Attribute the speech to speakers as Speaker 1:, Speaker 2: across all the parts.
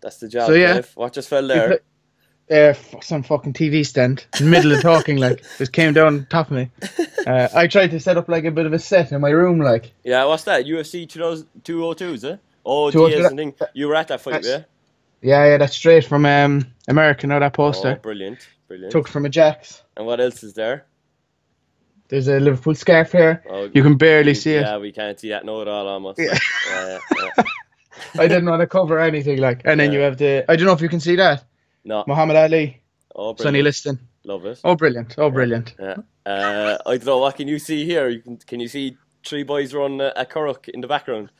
Speaker 1: That's the job.
Speaker 2: So,
Speaker 1: So
Speaker 2: yeah.
Speaker 1: Watch us fell
Speaker 2: You
Speaker 1: there.
Speaker 2: put- uh, f- some fucking TV stand in the middle of talking, like just came down on top of me. Uh, I tried to set up like a bit of a set in my room, like
Speaker 1: Yeah, what's that? UFC 2000 202s, eh? Oh,
Speaker 2: 202.
Speaker 1: Diaz and thing. You were at that fight,
Speaker 2: That's-
Speaker 1: yeah?
Speaker 2: yeah, yeah, that's straight from um American or that
Speaker 1: Oh,
Speaker 2: poster.
Speaker 1: brilliant. Brilliant.
Speaker 2: Took from a Jack's.
Speaker 1: And what else is there?
Speaker 2: There's a Liverpool scarf here.
Speaker 1: Oh,
Speaker 2: You can barely
Speaker 1: we-
Speaker 2: see it.
Speaker 1: Yeah, we can't see that. No, at all, almost.
Speaker 2: Yeah.
Speaker 1: Yeah, yeah.
Speaker 2: I didn't want to cover anything, like. And then
Speaker 1: Yeah.
Speaker 2: you have the. I don't know if you can see that.
Speaker 1: No.
Speaker 2: Muhammad Ali,
Speaker 1: Oh,
Speaker 2: Sonny
Speaker 1: brilliant.
Speaker 2: Liston.
Speaker 1: Love it.
Speaker 2: Oh, brilliant! Oh, brilliant!
Speaker 1: Yeah. Uh, I don't know. What can you see here? You can, can you see three boys run a, a curragh in the background?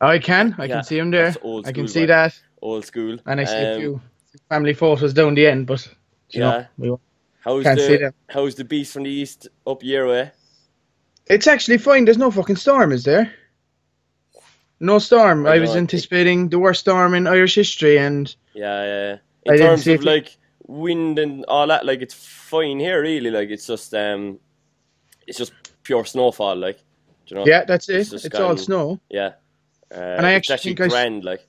Speaker 2: I can, I
Speaker 1: Yeah,
Speaker 2: can see him there.
Speaker 1: that's old
Speaker 2: I can
Speaker 1: school,
Speaker 2: see
Speaker 1: right?
Speaker 2: that,
Speaker 1: Old school.
Speaker 2: and I see a
Speaker 1: Um,
Speaker 2: few family photos down the end, but you
Speaker 1: Yeah.
Speaker 2: know, we
Speaker 1: How's
Speaker 2: can't see
Speaker 1: the
Speaker 2: them.
Speaker 1: how's the beast from the east up your way?
Speaker 2: It's actually fine. There's no fucking storm, is there? No storm.
Speaker 1: I
Speaker 2: I
Speaker 1: know,
Speaker 2: was
Speaker 1: I think-
Speaker 2: anticipating the worst storm in Irish history, and
Speaker 1: Yeah, yeah.
Speaker 2: I
Speaker 1: yeah. In
Speaker 2: didn't
Speaker 1: terms
Speaker 2: see
Speaker 1: of
Speaker 2: it.
Speaker 1: like wind and all that, like it's fine here really. Like it's just um it's just pure snowfall, like do you know?
Speaker 2: yeah, that's
Speaker 1: Oh, It's
Speaker 2: it.
Speaker 1: just
Speaker 2: It's all
Speaker 1: gone-
Speaker 2: snow.
Speaker 1: Yeah. Uh,
Speaker 2: I
Speaker 1: it's
Speaker 2: actually
Speaker 1: actually
Speaker 2: think I s-
Speaker 1: grand, like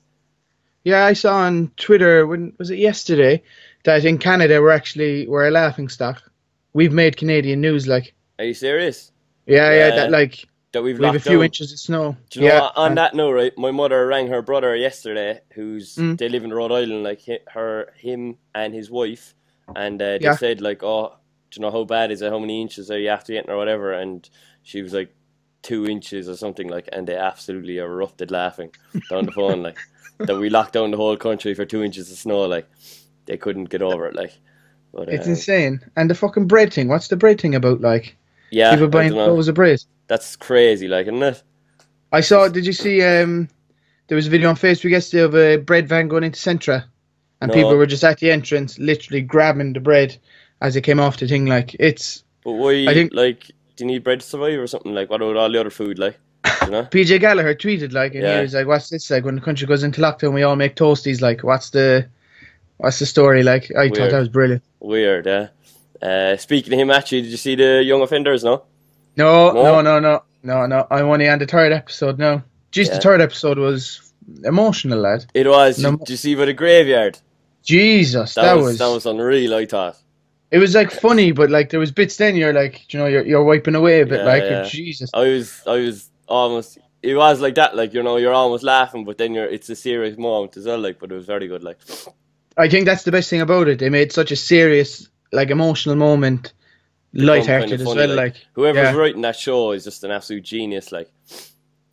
Speaker 2: Yeah, I saw on Twitter when was it yesterday that in Canada we're actually we're a laughing stock. We've made Canadian news, like
Speaker 1: are you serious?
Speaker 2: yeah, yeah,
Speaker 1: Yeah.
Speaker 2: that like
Speaker 1: That we've
Speaker 2: we have a
Speaker 1: locked
Speaker 2: few
Speaker 1: down?
Speaker 2: inches of snow.
Speaker 1: Do you know
Speaker 2: yeah,
Speaker 1: what? on
Speaker 2: and-
Speaker 1: that note, right? My mother rang her brother yesterday, who's
Speaker 2: Mm.
Speaker 1: they live in Rhode Island, like hi- her, him, and his wife, and uh, they
Speaker 2: Yeah.
Speaker 1: said like, "Oh, do you know how bad is it? How many inches are you after getting or whatever?" And she was like, two inches or something like," and they absolutely erupted laughing down the phone, like that we locked down the whole country for two inches of snow, like they couldn't get over it, like. But
Speaker 2: it's
Speaker 1: uh,
Speaker 2: insane. And the fucking bread thing. What's the bread thing about? Like
Speaker 1: yeah,
Speaker 2: people
Speaker 1: I
Speaker 2: buying
Speaker 1: dunno.
Speaker 2: loaves of bread.
Speaker 1: that's crazy, like, isn't it?
Speaker 2: I saw. Did you see? Um, there was a video on Facebook yesterday of a bread van going into Centra, and
Speaker 1: No.
Speaker 2: people were just at the entrance, literally grabbing the bread as it came off the thing. Like it's
Speaker 1: But why,
Speaker 2: I think-
Speaker 1: like, do you need bread to survive or something? Like, what about all the other food, like? Do You know?
Speaker 2: PJ Gallagher tweeted like, and
Speaker 1: Yeah.
Speaker 2: he was like, "What's this like? When the country goes into lockdown, we all make toasties. Like, what's the, what's the story? Like, I thought
Speaker 1: Weird.
Speaker 2: that was brilliant.
Speaker 1: Weird, yeah. Uh, speaking of him, actually, did you see the Young Offenders? No,
Speaker 2: No,
Speaker 1: No.
Speaker 2: no, no, no, no, no. I'm only on the third episode now. Jeez,
Speaker 1: Yeah.
Speaker 2: the third episode was emotional, lad.
Speaker 1: it was.
Speaker 2: No.
Speaker 1: Did you see by the graveyard?
Speaker 2: Jesus,
Speaker 1: That,
Speaker 2: that,
Speaker 1: was, that was unreal. I thought.
Speaker 2: It was like funny, but like there was bits then you're like, you know, you're, you're wiping away a bit,
Speaker 1: Yeah,
Speaker 2: like
Speaker 1: yeah.
Speaker 2: Jesus.
Speaker 1: I was, I was almost. It was like that, like you know, you're almost laughing, but then you're. It's a serious moment as well, like. But it was very good, like.
Speaker 2: I think that's the best thing about it. They made such a serious, like emotional moment, lighthearted
Speaker 1: Kind of
Speaker 2: as
Speaker 1: funny,
Speaker 2: well. Like,
Speaker 1: whoever's
Speaker 2: yeah.
Speaker 1: writing that show is just an absolute genius, like.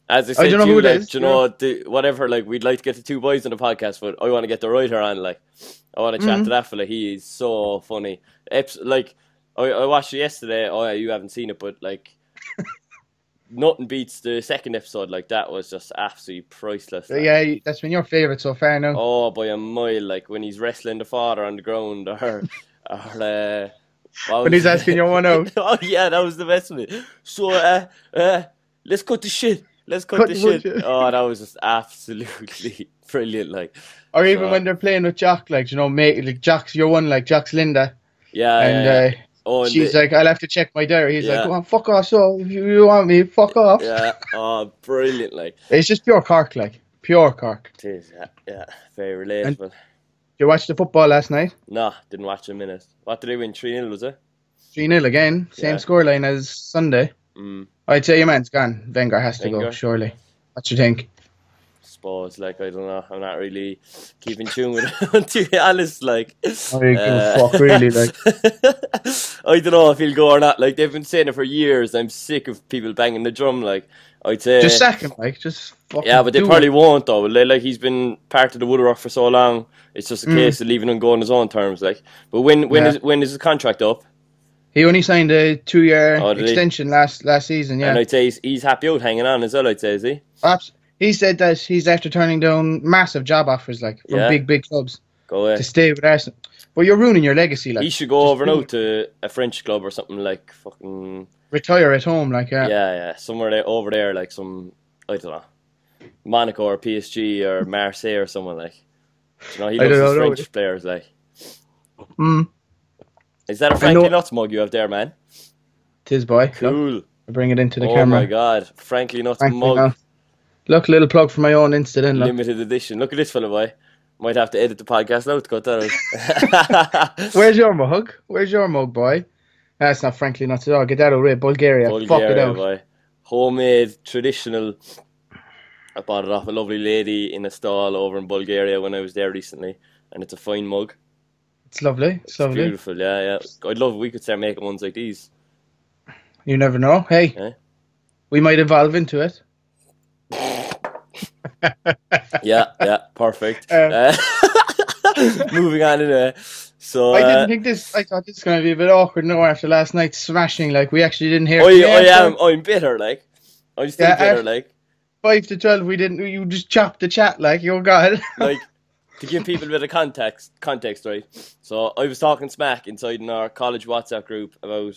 Speaker 1: As I said,
Speaker 2: I don't Oh, know
Speaker 1: to you,
Speaker 2: who it
Speaker 1: like,
Speaker 2: is,
Speaker 1: do you
Speaker 2: yeah.
Speaker 1: know, the, whatever, like, we'd like to get the two boys on the podcast, but I want to get the writer on, like, I want to chat
Speaker 2: Mm-hmm.
Speaker 1: to that fella. He is so funny. Eps- like, I, I watched it yesterday. Oh, yeah, you haven't seen it, but, like, nothing beats the second episode. Like, that was just absolutely priceless. like.
Speaker 2: yeah, that's been your favorite so far now.
Speaker 1: Oh, by a mile, like, when he's wrestling the father on the ground, or, or, uh, what
Speaker 2: when
Speaker 1: was
Speaker 2: he's
Speaker 1: it?
Speaker 2: asking your one out,
Speaker 1: oh yeah, that was the best one. So uh, uh, let's cut the shit. Let's cut,
Speaker 2: Cut
Speaker 1: the
Speaker 2: the
Speaker 1: shit.
Speaker 2: bullshit.
Speaker 1: Oh, that was just absolutely brilliant. Like,
Speaker 2: or even
Speaker 1: So-
Speaker 2: when they're playing with Jock, like you know, mate, like Jock's your one, like Jock's Linda,
Speaker 1: yeah, yeah,
Speaker 2: and
Speaker 1: yeah.
Speaker 2: uh,
Speaker 1: oh, and
Speaker 2: she's
Speaker 1: the-
Speaker 2: like, I'll have to check my diary. He's
Speaker 1: Yeah.
Speaker 2: like, well, fuck off, so if you you want me, fuck off.
Speaker 1: yeah, oh, brilliant. Like,
Speaker 2: It's just pure cork, like pure cork.
Speaker 1: it is, yeah, yeah, very relatable.
Speaker 2: You watched the football last night.
Speaker 1: Nah, didn't watch a minute. What did they win? Three 0 was it?
Speaker 2: 3 0 again, same
Speaker 1: Yeah.
Speaker 2: scoreline as Sunday.
Speaker 1: Mm,
Speaker 2: I'd say your man's gone. Wenger has to go,
Speaker 1: Wenger.
Speaker 2: surely. What you think?
Speaker 1: suppose. Like, I don't know. I'm not really keeping tune with it. to be honest, like, uh,
Speaker 2: I don't give a fuck, really, like.
Speaker 1: I don't know if he'll go or not. Like they've been saying it for years. I'm sick of people banging the drum. Like I'd say,
Speaker 2: Just sack him, like just fucking
Speaker 1: Uh, yeah, but they
Speaker 2: do
Speaker 1: probably
Speaker 2: it.
Speaker 1: won't though. Like, like he's been part of the woodwork for so long. It's just a
Speaker 2: Mm.
Speaker 1: case of leaving him go on his own terms. Like, but when when
Speaker 2: Yeah.
Speaker 1: is when is his contract up?
Speaker 2: He only signed a two-year
Speaker 1: Oh, did he?
Speaker 2: extension last last season.
Speaker 1: And
Speaker 2: Yeah,
Speaker 1: I'd say he's, he's happy out hanging on as well. I'd say is he?
Speaker 2: Abs- he said that he's after turning down massive job offers, like from
Speaker 1: Yeah.
Speaker 2: big big clubs,
Speaker 1: Go away.
Speaker 2: to stay with Arsenal. But you're ruining your legacy, like
Speaker 1: he should go
Speaker 2: just
Speaker 1: over
Speaker 2: do
Speaker 1: now
Speaker 2: it.
Speaker 1: to a French club or something like fucking
Speaker 2: retire at home, like uh, yeah.
Speaker 1: yeah yeah, somewhere there, over there like some I don't know Monaco or PSG or Marseille or someone like. You know he
Speaker 2: I
Speaker 1: loves
Speaker 2: don't
Speaker 1: his
Speaker 2: know,
Speaker 1: French
Speaker 2: no.
Speaker 1: players like.
Speaker 2: Mm,
Speaker 1: Is that a
Speaker 2: know-
Speaker 1: Frankie Nuts mug you have there, man?
Speaker 2: tis boy. Look,
Speaker 1: Cool.
Speaker 2: I bring it into the
Speaker 1: oh
Speaker 2: camera.
Speaker 1: my god. Frankly Nuts
Speaker 2: Thank you,
Speaker 1: mug.
Speaker 2: man. Look, little plug for my own Insta then. Look.
Speaker 1: Limited edition. Look at this fella boy. Might have to edit the podcast now to cut that out.
Speaker 2: Where's your mug? Where's your mug, boy? That's not frankly not at all. Get that away, Bulgaria. Fuck it
Speaker 1: Bulgaria
Speaker 2: out.
Speaker 1: by homemade traditional. I bought it off a lovely lady in a stall over in Bulgaria when I was there recently, and it's a fine mug.
Speaker 2: It's lovely. It's lovely.
Speaker 1: Beautiful, yeah, yeah. I'd love if we could start making ones like these.
Speaker 2: You never know. Hey,
Speaker 1: Yeah.
Speaker 2: we might evolve into it.
Speaker 1: Yeah, yeah, perfect.
Speaker 2: Uh,
Speaker 1: Uh, moving on anyway. So
Speaker 2: I
Speaker 1: uh,
Speaker 2: didn't think this. I thought this was going to be a bit awkward now after last night's smashing. Like we actually didn't hear.
Speaker 1: I, I
Speaker 2: Yeah,
Speaker 1: am I'm bitter, like I'm still
Speaker 2: Yeah, uh,
Speaker 1: bitter,
Speaker 2: Ash-
Speaker 1: like
Speaker 2: Five to twelve. We didn't. You just chopped the chat. Like your god.
Speaker 1: like to give people a bit of context context right so i was talking smack inside in our college whatsapp group about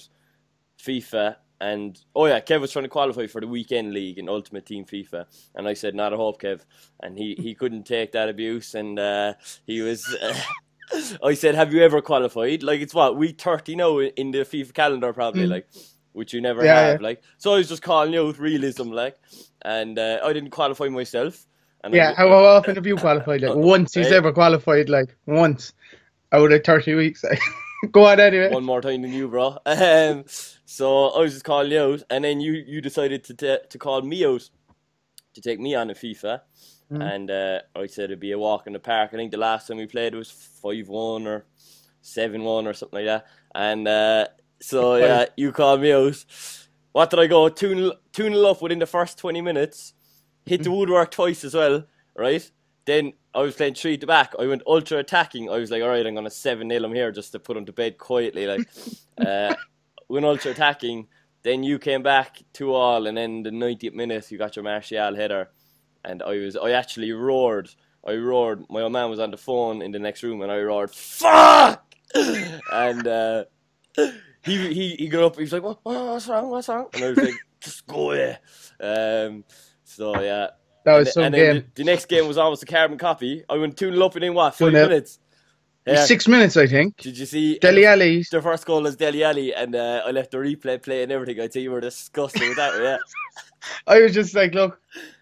Speaker 1: fifa and oh yeah kev was trying to qualify for the weekend league in ultimate team fifa and i said not a hope kev and he he couldn't take that abuse and uh he was i said have you ever qualified like it's what week 30 now in the fifa calendar probably like which you never
Speaker 2: Mm. Yeah,
Speaker 1: have like so i was just calling out realism like and uh, i didn't qualify myself and I,
Speaker 2: yeah. How, how often have you qualified? Like once he's
Speaker 1: Hey.
Speaker 2: ever qualified. Like once out of thirty weeks. Go on anyway.
Speaker 1: one more time than you, bro. Um, so I was just calling you out, and then you you decided to t- to call me out to take me on in FIFA,
Speaker 2: Mhm.
Speaker 1: and uh, I said it'd be a walk in the park. I think the last time we played was five one or seven one or something like that, and uh, so yeah, you called me out. What did I go two nil- two nil up within the first twenty minutes? Hit the woodwork twice as well, right? Then I was playing three at the back. I went ultra attacking. I was like, all right, I'm gonna seven 0 him here just to put him to bed quietly. Like, uh, went ultra attacking. Then you came back two all, and then the 90th minute you got your Martial header, and I was I actually roared. I roared. My old man was on the phone in the next room, and I roared, "Fuck!" and uh, he he he got up. He was like, what, what- "What's wrong? What's wrong?" And I was like, "Just go there." Um, so yeah,
Speaker 2: That was
Speaker 1: and,
Speaker 2: some
Speaker 1: and then
Speaker 2: game.
Speaker 1: The, the next game was almost a carbon copy. I went 2 0 up in what, five
Speaker 2: 2-0.
Speaker 1: minutes? Yeah.
Speaker 2: Six minutes, I think.
Speaker 1: Did you see? uh,
Speaker 2: Deli Ali.
Speaker 1: The first goal was Deli Ali, and uh, I left the replay play and everything. I'd say you were disgusted with that, yeah.
Speaker 2: I was just like, look,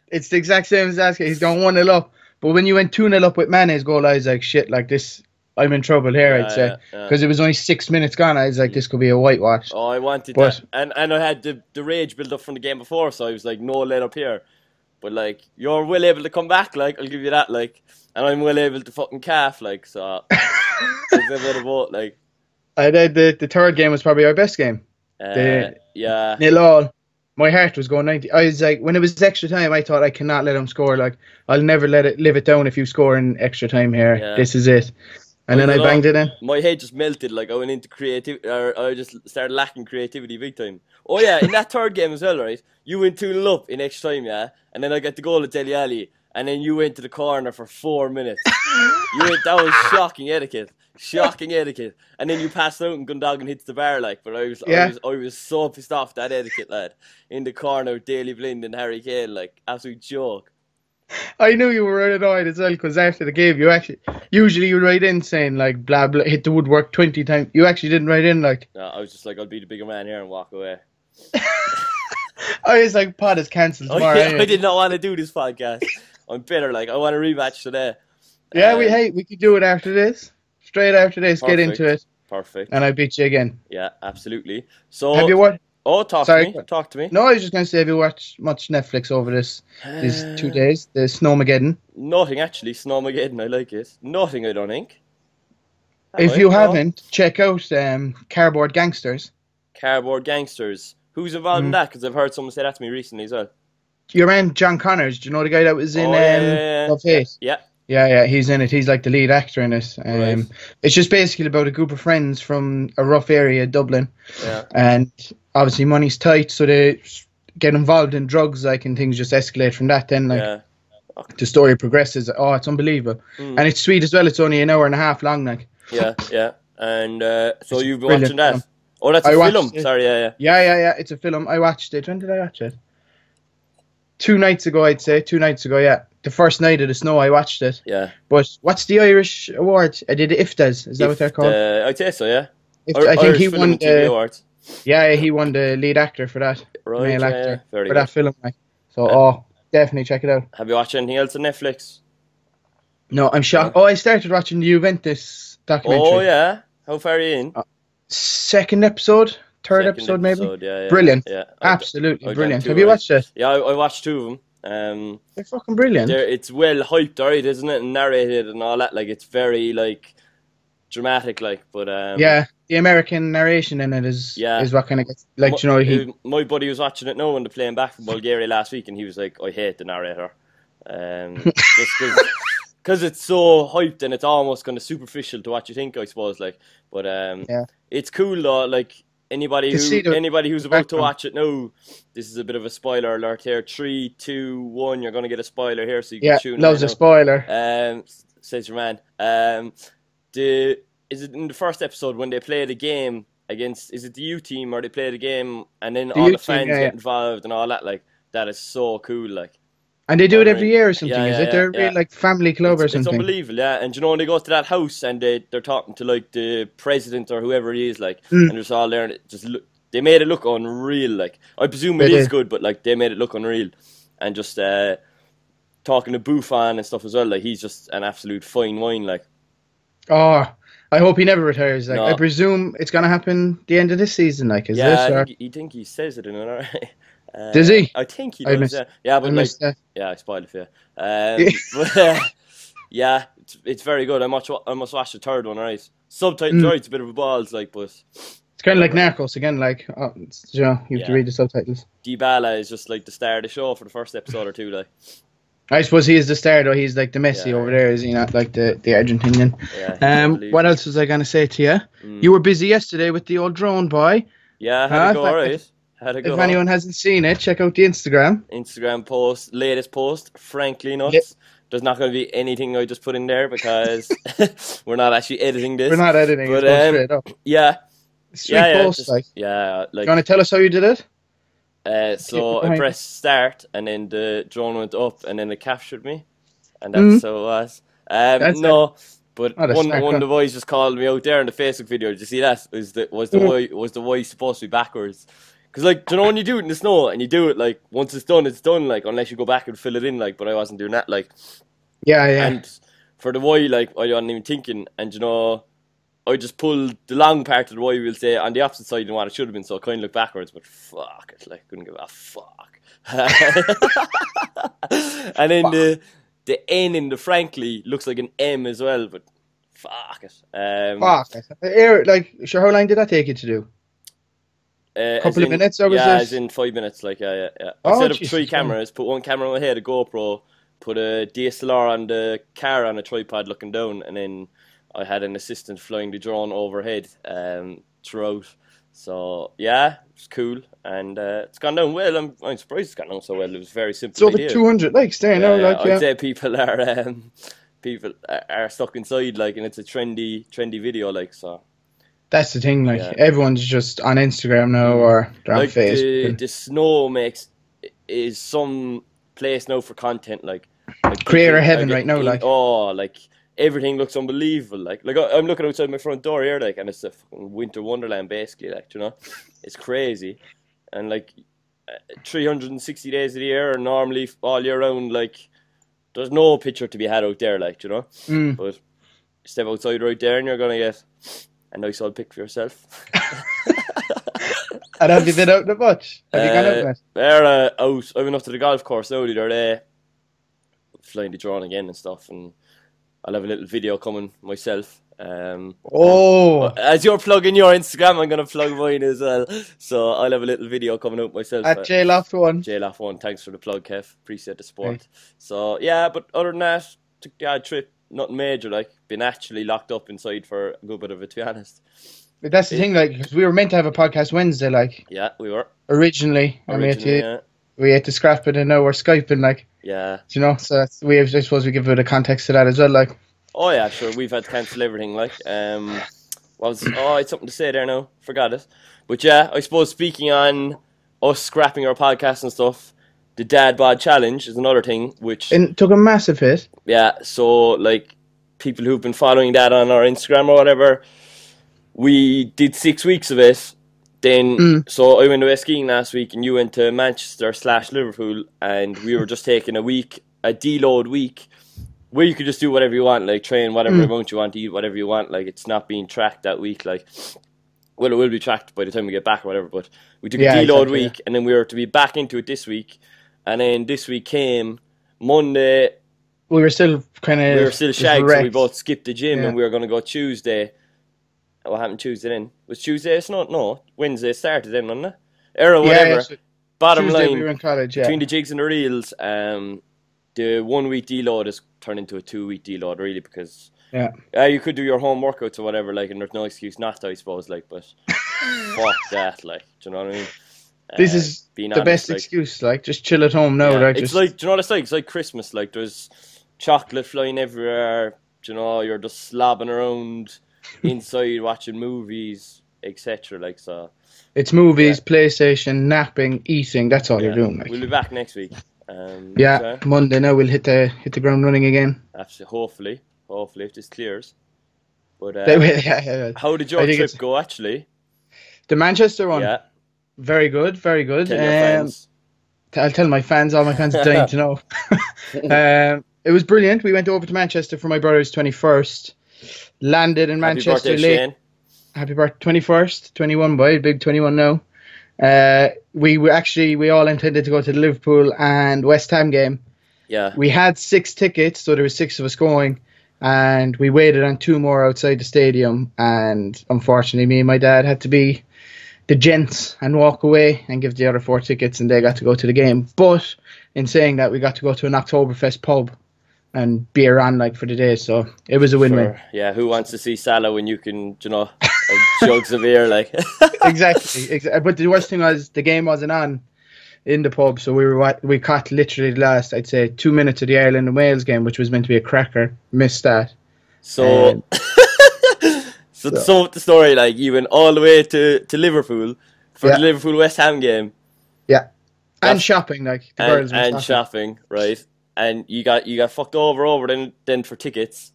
Speaker 2: it's the exact same as Asker. He's gone 1 0 up. But when you went 2 0 up with Mane's goal, I was like, shit, like this, I'm in trouble here,
Speaker 1: Yeah,
Speaker 2: I'd say.
Speaker 1: Uh, yeah, yeah.
Speaker 2: Because it was only six minutes gone. I was like, this could be a whitewash.
Speaker 1: Oh, I wanted
Speaker 2: But-
Speaker 1: that. And, and I had the, the rage built up from the game before, so I was like, no, let up here. But, like, you're well able to come back, like, I'll give you that, like. And I'm well able to fucking calf, like, so. it's a bit of both, like.
Speaker 2: I did the, the third game was probably our best game.
Speaker 1: Uh,
Speaker 2: The-
Speaker 1: yeah.
Speaker 2: Nil all. My heart was going 90. I was like, when it was extra time, I thought I cannot let him score. Like, I'll never let it live it down if you score in extra time here.
Speaker 1: Yeah.
Speaker 2: This is it. And then I
Speaker 1: Well,
Speaker 2: banged it in.
Speaker 1: my head just melted. Like I went into creative, or I just started lacking creativity big time. Oh yeah, in that third game as well, right? You went two 0 up in extra time, yeah, and then I got the goal at Deli Ali, and then you went to the corner for four minutes. you went, that was shocking etiquette, shocking etiquette. And then you passed out and Gundogan hits the bar, like. But I was, I
Speaker 2: Yeah.
Speaker 1: was, I was so pissed off that etiquette lad in the corner, with Daley Blind and Harry Kane, like absolute joke.
Speaker 2: I knew you were annoyed as well because after the game, you actually usually you write in saying like blah blah hit the woodwork twenty times. You actually didn't write in like
Speaker 1: No, I was just like, I'll be the bigger man here and walk away.
Speaker 2: I was like pod is cancelled
Speaker 1: I,
Speaker 2: tomorrow.
Speaker 1: Oh, I
Speaker 2: anyway."
Speaker 1: did not want to do this podcast. I'm bitter. Like I want a rematch today.
Speaker 2: yeah, we
Speaker 1: Um,
Speaker 2: hey we could do it after this, straight after this, get into it,
Speaker 1: Perfect. Perfect.
Speaker 2: and I beat you again.
Speaker 1: Yeah, absolutely. So,
Speaker 2: Have you watched?
Speaker 1: oh, talk
Speaker 2: Sorry.
Speaker 1: to me. Talk to me.
Speaker 2: No, I was just gonna say, have you watched much Netflix over this these two days? The Snowmageddon.
Speaker 1: Uh, Nothing actually. Snowmageddon. I like it. Nothing. I don't think. Have
Speaker 2: If
Speaker 1: I?
Speaker 2: you
Speaker 1: No.
Speaker 2: haven't, check out um, Cardboard Gangsters.
Speaker 1: Cardboard Gangsters. Who's involved in
Speaker 2: Mm.
Speaker 1: that? Because I've heard someone say that to me recently as well.
Speaker 2: Your man John Connors, do you know the guy that was in
Speaker 1: Oh,
Speaker 2: um,
Speaker 1: yeah, yeah, yeah.
Speaker 2: Love Hate?
Speaker 1: Yeah.
Speaker 2: Yeah, yeah, he's in it. He's like the lead actor in it. Um,
Speaker 1: Right.
Speaker 2: It's just basically about a group of friends from a rough area, Dublin,
Speaker 1: Yeah.
Speaker 2: and obviously money's tight, so they s- get involved in drugs, like, and things just escalate from that. Then, like,
Speaker 1: yeah.
Speaker 2: the story progresses. Oh, it's unbelievable,
Speaker 1: Mm.
Speaker 2: and it's sweet as well. It's only an hour and a half long, like.
Speaker 1: Yeah. Yeah. And uh, so
Speaker 2: It's a
Speaker 1: you've been
Speaker 2: brilliant
Speaker 1: watching that.
Speaker 2: film.
Speaker 1: Oh, that's a
Speaker 2: I watched
Speaker 1: film.
Speaker 2: it.
Speaker 1: Sorry. Yeah. Yeah.
Speaker 2: Yeah, yeah, yeah. It's a film. I watched it. When did I watch it? Two nights ago, I'd say. Two nights ago, yeah. The first night of the snow, I watched it.
Speaker 1: Yeah.
Speaker 2: But what's the Irish award? I did the IFTAs. Is that what they're called?
Speaker 1: Uh, I'd say so. Yeah.
Speaker 2: IFTA-
Speaker 1: Ir-
Speaker 2: I think
Speaker 1: Irish
Speaker 2: he
Speaker 1: Film
Speaker 2: won.
Speaker 1: and TV
Speaker 2: the-
Speaker 1: awards.
Speaker 2: Yeah, he won the lead actor for that
Speaker 1: Right.
Speaker 2: male
Speaker 1: yeah,
Speaker 2: actor
Speaker 1: yeah. Very
Speaker 2: for
Speaker 1: good.
Speaker 2: that film. Like. So, oh, definitely check it out.
Speaker 1: Have you watched anything else on Netflix?
Speaker 2: No, I'm shocked. Oh, I started watching the Juventus documentary.
Speaker 1: Oh yeah, how far are you in?
Speaker 2: Second episode, third
Speaker 1: Second
Speaker 2: episode, maybe.
Speaker 1: episode, Yeah, yeah,
Speaker 2: Brilliant.
Speaker 1: Yeah, I-
Speaker 2: Absolutely
Speaker 1: I've done
Speaker 2: brilliant.
Speaker 1: two,
Speaker 2: Have you
Speaker 1: right?
Speaker 2: watched it?
Speaker 1: yeah. I, I watched two of them. Um,
Speaker 2: They're fucking brilliant.
Speaker 1: There, it's well hyped, alright, isn't it? And narrated and all that. Like it's very like dramatic, like. But um,
Speaker 2: yeah, the American narration in it is
Speaker 1: Yeah.
Speaker 2: is what kind of gets, like you know he
Speaker 1: uh, my buddy was watching it now when they're playing back from Bulgaria last week, and he was like, "I hate the narrator," um, just because it's so hyped and it's almost kind of superficial to what you think, I suppose. Like, but um,
Speaker 2: Yeah.
Speaker 1: it's cool though. Like anybody
Speaker 2: To see
Speaker 1: who
Speaker 2: the
Speaker 1: anybody who's about to
Speaker 2: background.
Speaker 1: watch it now, this is a bit of a spoiler alert here. Three, two, one. You're gonna get a spoiler here, so you
Speaker 2: yeah
Speaker 1: can tune
Speaker 2: loves
Speaker 1: in.
Speaker 2: a
Speaker 1: now.
Speaker 2: spoiler.
Speaker 1: Um, s- says your man. Um, the is it in the first episode when they play the game against? Is it the U team or they play the game and then
Speaker 2: The
Speaker 1: all
Speaker 2: U
Speaker 1: the
Speaker 2: team,
Speaker 1: fans
Speaker 2: yeah,
Speaker 1: get
Speaker 2: yeah.
Speaker 1: involved and all that? Like that is so cool. Like
Speaker 2: and they do it
Speaker 1: Alright.
Speaker 2: every year or something.
Speaker 1: Yeah,
Speaker 2: is
Speaker 1: yeah,
Speaker 2: it? They're
Speaker 1: yeah,
Speaker 2: a real
Speaker 1: yeah.
Speaker 2: like family club
Speaker 1: it's,
Speaker 2: or
Speaker 1: it's
Speaker 2: something.
Speaker 1: unbelievable, yeah. And you know when they go to that house and they they're talking to like the president or whoever he is, like,
Speaker 2: Mm.
Speaker 1: and it's all there and it just look. They made it look unreal. Like I presume it
Speaker 2: They
Speaker 1: is
Speaker 2: did.
Speaker 1: good, but like they made it look unreal, and just uh, talking to Buffon and stuff as well. Like he's just an absolute fine wine. Like.
Speaker 2: Oh, I hope he never retires. Like
Speaker 1: No.
Speaker 2: I presume it's gonna happen the end of this season. Like is
Speaker 1: yeah,
Speaker 2: this?
Speaker 1: I
Speaker 2: Or,
Speaker 1: think, you think he says it in an alright. Uh,
Speaker 2: Does he?
Speaker 1: I think he
Speaker 2: I
Speaker 1: does.
Speaker 2: missed-
Speaker 1: yeah. yeah, but
Speaker 2: I
Speaker 1: like,
Speaker 2: missed that.
Speaker 1: yeah, I spoiled it for you. Um, but, uh, yeah, it's, it's very good. I must, wa- I must watch the third one, right? Subtitles,
Speaker 2: Mm.
Speaker 1: right? It's a bit of a balls, like, but
Speaker 2: It's kind of like Narcos again. Like oh, it's, you know, you have to
Speaker 1: Yeah.
Speaker 2: read the subtitles.
Speaker 1: Dybala is just like the star of the show for the first episode or two, like,
Speaker 2: I suppose he is the star, though. He's like the Messi
Speaker 1: Yeah.
Speaker 2: over there, is he not? Like the the Argentinian.
Speaker 1: yeah.
Speaker 2: Um,
Speaker 1: unbelievable.
Speaker 2: what else was I gonna say to you?
Speaker 1: Mm.
Speaker 2: You were busy yesterday with the old drone boy.
Speaker 1: yeah,
Speaker 2: Huh?
Speaker 1: how'd it go,
Speaker 2: If I-
Speaker 1: alright? How'd it
Speaker 2: If
Speaker 1: go?
Speaker 2: anyone hasn't seen it, check out the Instagram.
Speaker 1: Instagram post, latest post, frankly nuts.
Speaker 2: Yep.
Speaker 1: There's not going to be anything I just put in there because we're not actually editing this.
Speaker 2: We're not editing.
Speaker 1: But,
Speaker 2: it's going
Speaker 1: um,
Speaker 2: straight up.
Speaker 1: yeah,
Speaker 2: Straight
Speaker 1: yeah, yeah,
Speaker 2: post.
Speaker 1: just-
Speaker 2: like,
Speaker 1: yeah, like
Speaker 2: you want to tell us how you did it?
Speaker 1: Uh, so I
Speaker 2: Right.
Speaker 1: pressed start, and then the drone went up, and then it captured me, and that's how it was. Um,
Speaker 2: Mm-hmm. That's
Speaker 1: no, but
Speaker 2: Not a
Speaker 1: one
Speaker 2: snack,
Speaker 1: one
Speaker 2: huh?
Speaker 1: of the boys just called me out there in the Facebook video. Did you see that? Was the was the
Speaker 2: Mm.
Speaker 1: boy was the boy supposed to be backwards? Because like do you know when you do it in the snow and you do it like once it's done, it's done. Like unless you go back and fill it in. Like, but I wasn't doing that. Like,
Speaker 2: Yeah, yeah.
Speaker 1: and for the Y, like I wasn't even thinking, and you know, I just pulled the long part of the Y. We'll say on the opposite side than what it should have been, so I kind of looked backwards. But fuck, it's like couldn't give a fuck. and then the the N in the frankly looks like an M as well, but fuck it. Um,
Speaker 2: Fuck. Air, like, sure, how long did that take you to do?
Speaker 1: uh, as
Speaker 2: couple of
Speaker 1: in-
Speaker 2: minutes, or was
Speaker 1: yeah,
Speaker 2: this-
Speaker 1: as in five minutes. Like yeah, yeah. yeah.
Speaker 2: Oh,
Speaker 1: Instead of
Speaker 2: Jesus,
Speaker 1: three
Speaker 2: right.
Speaker 1: cameras, put one camera on my head, a GoPro, put a DSLR on the car on a tripod looking down, and then I had an assistant flying the drone overhead um, throughout. So yeah, it's cool, and uh, it's gone down well. I'm, I'm surprised it's gone down so well. It was a very simple
Speaker 2: It's over
Speaker 1: idea.
Speaker 2: 200 likes there now.
Speaker 1: Yeah,
Speaker 2: Like, yeah.
Speaker 1: I'd say people are um, people are- are stuck inside, like, and it's a trendy, trendy video, like so.
Speaker 2: That's the thing. Like,
Speaker 1: Yeah.
Speaker 2: everyone's just on Instagram now or they're on
Speaker 1: like the,
Speaker 2: Facebook.
Speaker 1: the snow makes is some place now for content like, like
Speaker 2: Creator
Speaker 1: people-
Speaker 2: heaven right now,
Speaker 1: in-
Speaker 2: like.
Speaker 1: oh like everything looks unbelievable like like I- I'm looking outside my front door here like and it's a fucking winter wonderland basically like you know it's crazy and like uh, 360 days of the year are normally all year round like there's no picture to be had out there like you know
Speaker 2: Mm.
Speaker 1: but step outside right there and you're gonna get a nice old pic for yourself.
Speaker 2: And have you been out that much? Have you gone
Speaker 1: Uh,
Speaker 2: out much?
Speaker 1: They're uh, out. I went up to the golf course now. They're there, flying the drone again and stuff. And I'll have a little video coming myself. Um,
Speaker 2: Oh,
Speaker 1: as you're plugging your Instagram, I'm gonna plug mine as well. So I'll have a little video coming out myself.
Speaker 2: at J Loft one.
Speaker 1: JLaugh one, thanks for the plug, Kev. Appreciate the support.
Speaker 2: Right.
Speaker 1: So yeah, but other than that, took the odd trip. Nothing major, like been actually locked up inside for a good bit of it. To be honest,
Speaker 2: But That's the thing. Like, 'cause we were meant to have a podcast Wednesday, like
Speaker 1: yeah, we were
Speaker 2: originally, and we had to
Speaker 1: originally, yeah,
Speaker 2: we had to scrap it, and now we're skyping. Like,
Speaker 1: yeah.
Speaker 2: you know, so that's we have. I suppose we give a bit of context to that as well. Like,
Speaker 1: Oh yeah, sure. We've had to cancel everything. Like, um, what was oh, I had something to say there now. Forgot it. But yeah, I suppose speaking on us scrapping our podcast and stuff, the dad bod challenge is another thing. Which
Speaker 2: it took a massive hit.
Speaker 1: yeah, so like people who've been following that on our Instagram or whatever, we did six weeks of it. Then
Speaker 2: Mm.
Speaker 1: so I went away skiing last week, and you went to Manchester slash Liverpool, and we were just taking a week, a deload week where you could just do whatever you want, like train whatever
Speaker 2: Mm.
Speaker 1: amount you want, eat whatever you want. Like it's not being tracked that week. Like, well, it will be tracked by the time we get back or whatever. But we took
Speaker 2: Yeah,
Speaker 1: a deload
Speaker 2: exactly, yeah.
Speaker 1: week, and then we were to be back into it this week, and then this week came Monday.
Speaker 2: We were still kind of.
Speaker 1: We were still shagged, so we both skipped the gym,
Speaker 2: Yeah.
Speaker 1: and we were going to go Tuesday. What happened Tuesday then? Was Tuesday? It's not. No, Wednesday started then, wasn't it? Or whatever. Bottom
Speaker 2: Tuesday
Speaker 1: line,
Speaker 2: we were in college. Yeah.
Speaker 1: between the jigs and the reels, um, the one week deload has turned into a two week deload really because
Speaker 2: Yeah.
Speaker 1: uh, you could do your home workouts or whatever like, and there's no excuse not to, I suppose. Like, but fuck that, like, do you know what I mean?
Speaker 2: This
Speaker 1: Uh,
Speaker 2: is
Speaker 1: being
Speaker 2: the
Speaker 1: honest,
Speaker 2: best
Speaker 1: like,
Speaker 2: excuse. Like just chill at home now.
Speaker 1: yeah,
Speaker 2: like,
Speaker 1: it's
Speaker 2: just,
Speaker 1: like, do you know what it's like? It's like Christmas. Like, there's chocolate flying everywhere. do You know, you're just slobbing around inside watching movies, etc. Like, so
Speaker 2: it's movies, PlayStation, napping, eating. That's all
Speaker 1: yeah.
Speaker 2: you're doing. Like.
Speaker 1: we'll be back next week. Um,
Speaker 2: yeah,
Speaker 1: okay?
Speaker 2: Monday now we'll hit the hit the ground running again.
Speaker 1: Absolutely. Hopefully, hopefully, if this clears. But
Speaker 2: They
Speaker 1: uh,
Speaker 2: will- yeah, yeah, yeah.
Speaker 1: how did your
Speaker 2: I think
Speaker 1: trip
Speaker 2: it's-
Speaker 1: go? Actually,
Speaker 2: The Manchester one,
Speaker 1: yeah.
Speaker 2: very good, very good.
Speaker 1: Tell your
Speaker 2: Um,
Speaker 1: friends.
Speaker 2: t- I'll tell my fans. All my fans are dying to know. um, it was brilliant. We went over to Manchester for my brother's twenty first. Landed in
Speaker 1: Happy
Speaker 2: Manchester
Speaker 1: birthday,
Speaker 2: late.
Speaker 1: Shane.
Speaker 2: Happy birthday, twenty first, twenty one boy, big twenty one now. Uh, we were actually we all intended to go to the Liverpool and West Ham game.
Speaker 1: Yeah,
Speaker 2: We had six tickets, so there were six of us going, and we waited on two more outside the stadium. And unfortunately, me and my dad had to be the gents and walk away and give the other four tickets, and they got to go to the game. But in saying that, we got to go to an Oktoberfest pub and beer on like for the day, so it was a win-win.
Speaker 1: Or- yeah. Who wants to see Salah when you can, you know, have jugs of beer? Like,
Speaker 2: exactly, exactly. But the worst thing was the game wasn't on in the pub, so we were wa- we caught literally the last I'd say two minutes of the Ireland and Wales game, which was meant to be a cracker. Missed that.
Speaker 1: so, so, to sum up the story, like you went all the way to to Liverpool for
Speaker 2: Yeah.
Speaker 1: the Liverpool West Ham game
Speaker 2: Yeah. And
Speaker 1: That's-
Speaker 2: shopping, like the
Speaker 1: and,
Speaker 2: girls were
Speaker 1: and shopping, right? And you got you got fucked over over then then for tickets.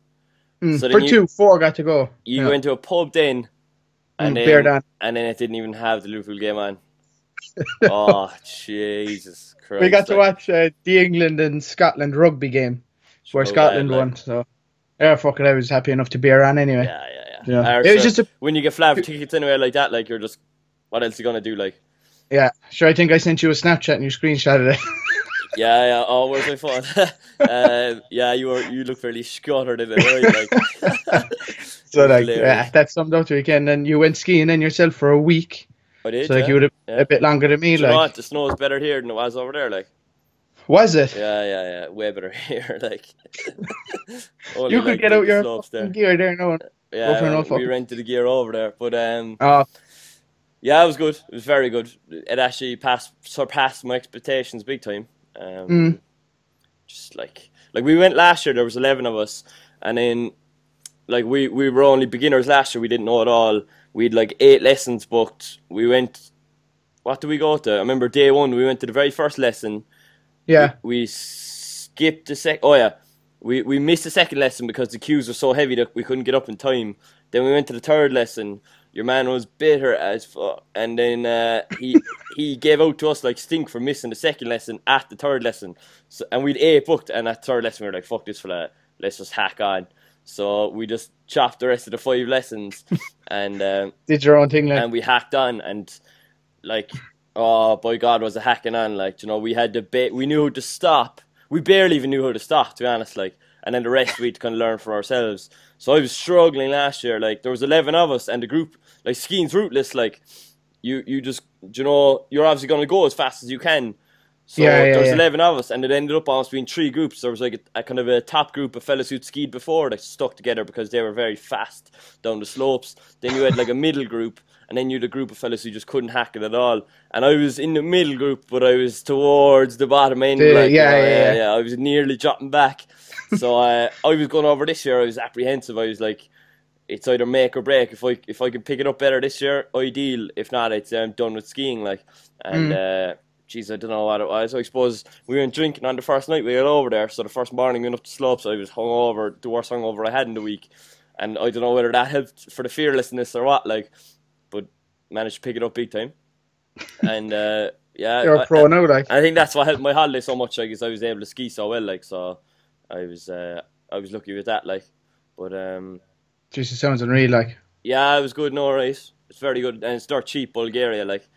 Speaker 2: Mm,
Speaker 1: so then
Speaker 2: for
Speaker 1: you-
Speaker 2: two, four got to go.
Speaker 1: You
Speaker 2: Yeah.
Speaker 1: went to a pub then, and
Speaker 2: Mm,
Speaker 1: then
Speaker 2: beer down.
Speaker 1: and then it didn't even have the Liverpool game on. oh Jesus Christ!
Speaker 2: We got to
Speaker 1: like,
Speaker 2: watch uh, the England and Scotland rugby game where
Speaker 1: so
Speaker 2: Scotland
Speaker 1: bad, like,
Speaker 2: won. So, yeah, fucking, I was happy enough to be around anyway.
Speaker 1: Yeah, yeah, yeah.
Speaker 2: Yeah.
Speaker 1: Or
Speaker 2: It was
Speaker 1: so
Speaker 2: just a-
Speaker 1: when you get flat for tickets anywhere like that, like you're just, what else you gonna do? Like,
Speaker 2: Yeah. sure. I think I sent you a Snapchat and you screenshotted it.
Speaker 1: yeah, yeah. Oh, where's my phone? um, yeah, you were you look fairly scattered in it, right? Like,
Speaker 2: so like,
Speaker 1: Hilarious.
Speaker 2: yeah, that summed up the weekend. And you went skiing then yourself for a week.
Speaker 1: I did.
Speaker 2: So like,
Speaker 1: yeah.
Speaker 2: you would have
Speaker 1: Yeah.
Speaker 2: a bit longer than me.
Speaker 1: Do you know
Speaker 2: Like,
Speaker 1: what? The snow's better here than it was over there. Like,
Speaker 2: was it?
Speaker 1: yeah, yeah, yeah. Way better here. Like, Only,
Speaker 2: You could
Speaker 1: like,
Speaker 2: get
Speaker 1: the
Speaker 2: out your
Speaker 1: slopes
Speaker 2: fucking gear there. No.
Speaker 1: Yeah,
Speaker 2: for an
Speaker 1: we-
Speaker 2: awful-
Speaker 1: we rented the gear over there, but um,
Speaker 2: Oh,
Speaker 1: yeah, it was good. It was very good. It actually passed surpassed my expectations big time. Um,
Speaker 2: Mm.
Speaker 1: Just like like we went last year, there was eleven of us, and then like we we were only beginners last year. We didn't know it all. We had like eight lessons booked. We went. What did we go to? I remember day one. We went to the very first lesson.
Speaker 2: yeah.
Speaker 1: We skipped the sec. Oh yeah, we we missed the second lesson because the queues were so heavy that we couldn't get up in time. Then we went to the third lesson. Your man was bitter as fuck, and then uh, he he gave out to us like stink for missing the second lesson at the third lesson. So and we'd eight booked, and at third lesson we were like, "Fuck this fella, let's just hack on." So we just chopped the rest of the five lessons, and. Um,
Speaker 2: Did your own thing. Like,
Speaker 1: and we hacked on and like oh by god was a hacking on like you know we had to ba- we knew how to stop we barely even knew how to stop to be honest like and then the rest we'd kind of learn for ourselves so i was struggling last year like there was 11 of us and the group like skiing's rootless like you you just you know you're obviously going to go as fast as you can so
Speaker 2: Yeah, yeah,
Speaker 1: there was
Speaker 2: yeah.
Speaker 1: 11 of us and it ended up almost being three groups there was like a, a kind of a top group of fellas who'd skied before that stuck together because they were very fast down the slopes then you had like a middle group and then you had a group of fellas who just couldn't hack it at all and i was in the middle group but i was towards the bottom end
Speaker 2: The-
Speaker 1: like,
Speaker 2: yeah,
Speaker 1: you know,
Speaker 2: yeah, yeah.
Speaker 1: yeah, I was nearly dropping back. so uh, I was going over this year. I was apprehensive. I was like, it's either make or break. If I if I can pick it up better this year, ideal. If not, it's I'm done with skiing. Like, and
Speaker 2: Mm.
Speaker 1: uh, geez, I don't know what it was. I suppose we went drinking on the first night we got over there. So the first morning we went up the slopes. I was hungover, the worst hungover I had in the week, and I don't know whether that helped for the fearlessness or what. Like, but managed to pick it up big time, and uh, yeah,
Speaker 2: you're
Speaker 1: I-
Speaker 2: a pro now. Like,
Speaker 1: I think that's what helped my holiday so much, like, is I was able to ski so well, like, so I was, uh, I was lucky with that. Like, but um,
Speaker 2: Jeez, it sounds unreal. Like
Speaker 1: yeah, it was good. No right, it's very good, and it's not cheap. Bulgaria, like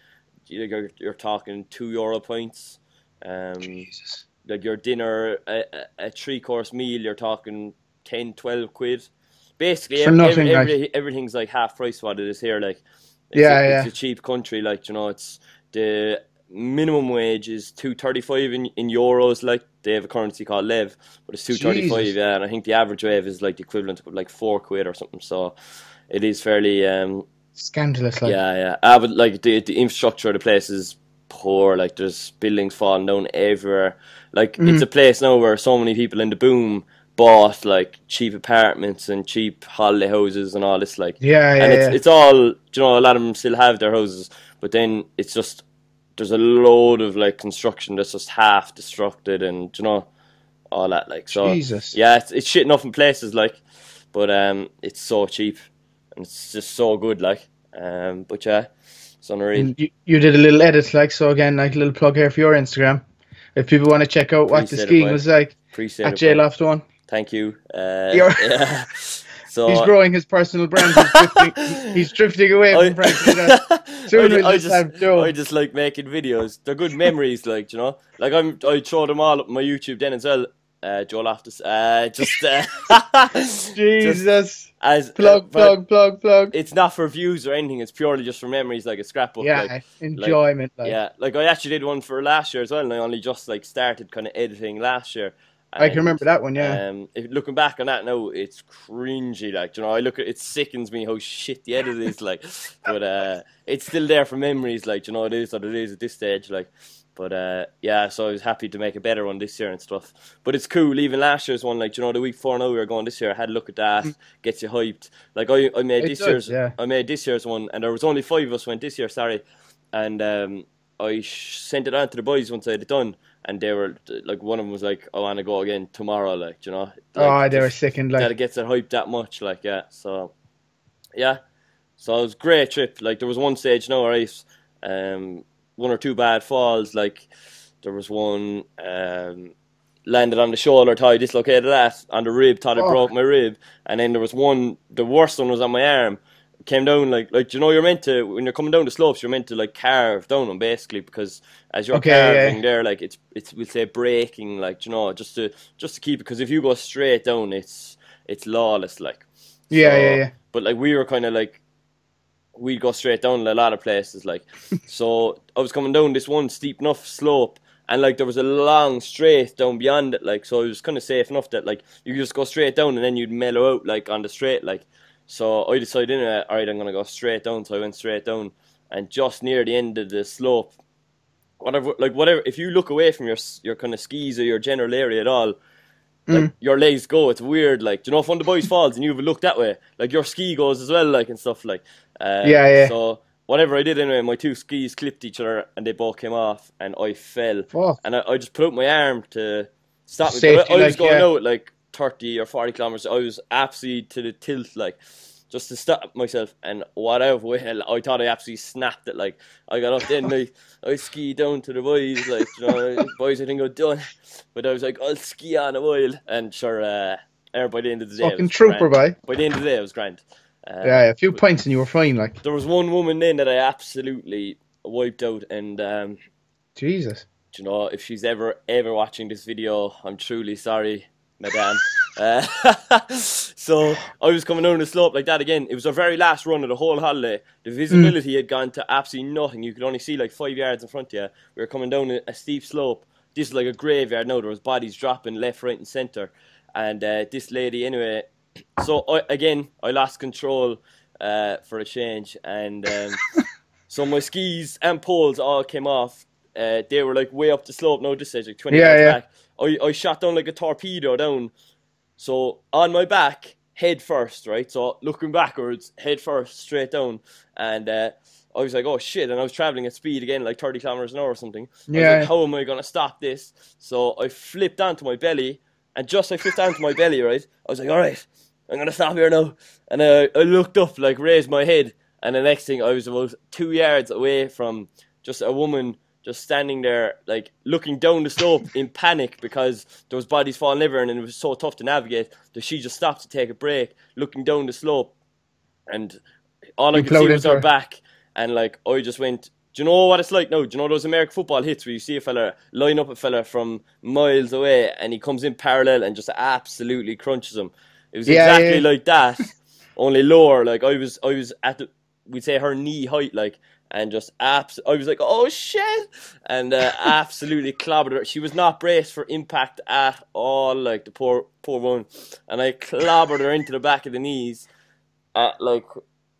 Speaker 1: you- you're, you're talking two euro points. Um,
Speaker 2: Jesus,
Speaker 1: like your dinner, a, a, a three course meal, you're talking 10, 12 quid. Basically,
Speaker 2: For
Speaker 1: ev-
Speaker 2: nothing,
Speaker 1: ev-
Speaker 2: like.
Speaker 1: every- everything's like half price what it is here. Like, it's
Speaker 2: Yeah,
Speaker 1: a,
Speaker 2: yeah.
Speaker 1: it's a cheap country. Like, you know, it's the minimum wage is two thirty five in, in euros. Like, they have a currency called lev, but it's two thirty five.
Speaker 2: Jesus.
Speaker 1: Yeah, and I think the average wage is like the equivalent of like four quid or something. So, it is fairly um
Speaker 2: scandalous. Like
Speaker 1: yeah, yeah. Ah, but like the the infrastructure of the place is poor. Like there's buildings falling down everywhere. Like it's a place now where so many people in the boom bought like cheap apartments and cheap holiday houses and all this. Like
Speaker 2: yeah, yeah,
Speaker 1: and it's
Speaker 2: yeah.
Speaker 1: it's all you know. A lot of them still have their houses, but then it's just there's a load of like construction that's just half destructed and you know all that. Like so,
Speaker 2: Jesus.
Speaker 1: yeah, it's it's shitting off in places like, but um, it's so cheap and it's just so good like um, but yeah, it's unreal.
Speaker 2: And you, you did a little edit, like so. Again, like a little plug here for your Instagram. If people want to check out what
Speaker 1: Appreciate
Speaker 2: the
Speaker 1: it,
Speaker 2: skiing
Speaker 1: boy.
Speaker 2: was like
Speaker 1: Appreciate
Speaker 2: at
Speaker 1: it.
Speaker 2: J
Speaker 1: bro.
Speaker 2: Loft One,
Speaker 1: Thank you. Uh,
Speaker 2: You're-
Speaker 1: yeah. So
Speaker 2: he's growing his personal brand. He's drifting, he's drifting away
Speaker 1: I,
Speaker 2: from Frank. Sinatra. Soon
Speaker 1: I,
Speaker 2: we'll
Speaker 1: I
Speaker 2: just have Joe.
Speaker 1: I just like making videos. They're good memories, like you know. Like I'm, I throw them all up on my YouTube then as well. Uh, Joel after, uh, just uh, just
Speaker 2: Jesus,
Speaker 1: as uh,
Speaker 2: plug,
Speaker 1: but
Speaker 2: plug, plug, plug.
Speaker 1: It's not for views or anything. It's purely just for memories, like a scrapbook.
Speaker 2: Yeah,
Speaker 1: like,
Speaker 2: enjoyment. Like,
Speaker 1: Yeah, like I actually did one for last year as well, and I only just like started kind of editing last year.
Speaker 2: I can remember that one. Yeah,
Speaker 1: Um, if, looking back on that now, it's cringy. Like you know, I look at it sickens me how shit the edit is. Like, but uh, it's still there for memories. Like you know, it is what it is at this stage. Like, but uh, yeah, so I was happy to make a better one this year and stuff. But it's cool. Even last year's one, like you know, the week before now we were going this year. I had a look at that. Gets you hyped. Like I, I made
Speaker 2: Mm-hmm. It
Speaker 1: this
Speaker 2: does,
Speaker 1: year's.
Speaker 2: yeah.
Speaker 1: I made this year's one, and there was only five of us went this year. Sorry, and um, I sh- sent it on to the boys once I had it done, and they were like, one of them was like, "I want to go again tomorrow," like you know.
Speaker 2: oh,
Speaker 1: Like,
Speaker 2: they were
Speaker 1: just
Speaker 2: sickened.
Speaker 1: that it
Speaker 2: Like,
Speaker 1: gets it hyped that much, like yeah. So, yeah, so it was a great trip. Like there was one stage, no right, um, one or two bad falls. Like there was one um, landed on the shoulder, thought I dislocated that on the rib, thought I
Speaker 2: Oh.
Speaker 1: broke my rib, and then there was one. The worst one was on my arm. Came down like like you know you're meant to when you're coming down the slopes you're meant to like carve down them basically because as you're
Speaker 2: Okay, yeah.
Speaker 1: carving there like it's it's we'll say breaking like you know just to just to keep it because if you go straight down it's it's lawless like
Speaker 2: yeah,
Speaker 1: so-
Speaker 2: yeah, yeah.
Speaker 1: but like we were kind of like we'd go straight down a lot of places like so i was coming down this one steep enough slope and like there was a long straight down beyond it like so it was kind of safe enough that like you could just go straight down and then you'd mellow out like on the straight like so i decided anyway, all right i'm gonna go straight down so i went straight down and just near the end of the slope whatever like whatever if you look away from your s- your kind of skis or your general area at all like
Speaker 2: Mm.
Speaker 1: your legs go. It's weird. Like, do you know if one of the boys falls and you have a look that way, like your ski goes as well, like and stuff like. Uh,
Speaker 2: Yeah, yeah.
Speaker 1: So whatever I did anyway, my two skis clipped each other and they both came off, and I fell.
Speaker 2: Fuck.
Speaker 1: And I, I just put out my arm to stop me.
Speaker 2: Safety,
Speaker 1: but I, I was
Speaker 2: like,
Speaker 1: going
Speaker 2: yeah.
Speaker 1: out like thirty or forty kilometers. I was absolutely to the tilt, like. Just to stop myself and whatever well, I thought I absolutely snapped it. Like I got up then, like I ski down to the boys, like you know, boys, I think I'm done. But I was like, I'll ski on a while, and sure, uh, er, by the end of the day, it
Speaker 2: Fucking
Speaker 1: was
Speaker 2: trooper,
Speaker 1: grand.
Speaker 2: boy.
Speaker 1: By the end of the day, it was grand. Uh,
Speaker 2: Yeah, yeah, a few pints and you were fine. Like,
Speaker 1: There was one woman then that I absolutely wiped out, and um,
Speaker 2: Jesus.
Speaker 1: do you know, if she's ever ever watching this video, I'm truly sorry, madame. uh, so I was coming down the slope like that again. It was our very last run of the whole holiday. The visibility had gone to absolutely nothing. You could only see like five yards in front of you. We were coming down a, a steep slope. This is like a graveyard now. There was bodies dropping left, right, and centre. And uh, this lady, anyway. So I, again, I lost control uh, for a change, and. Um, So my skis and poles all came off. Uh, they were like way up the slope. No, this is like 20
Speaker 2: Yeah,
Speaker 1: yards
Speaker 2: yeah.
Speaker 1: back. I, I shot down like a torpedo down. So on my back, head first, right? So looking backwards, head first, straight down. And uh, I was like, oh shit. And I was traveling at speed again, like 30 kilometers an hour or something. I was
Speaker 2: Yeah.
Speaker 1: like, how am I going to stop this? So I flipped onto my belly. And just I flipped onto my belly, right? I was like, all right, I'm going to stop here now. And uh, I looked up, like raised my head. And the next thing, I was about two yards away from just a woman just standing there, like looking down the slope in panic because there was bodies falling everywhere, and it was so tough to navigate that she just stopped to take a break, looking down the slope, and all I
Speaker 2: You
Speaker 1: could see
Speaker 2: plowed
Speaker 1: was
Speaker 2: into
Speaker 1: her
Speaker 2: her.
Speaker 1: back, and like I just went. Do you know what it's like? No, do you know those American football hits where you see a fella line up a fella from miles away and he comes in parallel and just absolutely crunches him? It was
Speaker 2: Yeah,
Speaker 1: exactly
Speaker 2: yeah.
Speaker 1: like that, only lower. Like I was, I was at the, we'd say her knee height, like, and just abs. I was like, oh shit, and uh, absolutely clobbered her. She was not braced for impact at all. Like the poor, poor one, and I clobbered her into the back of the knees at like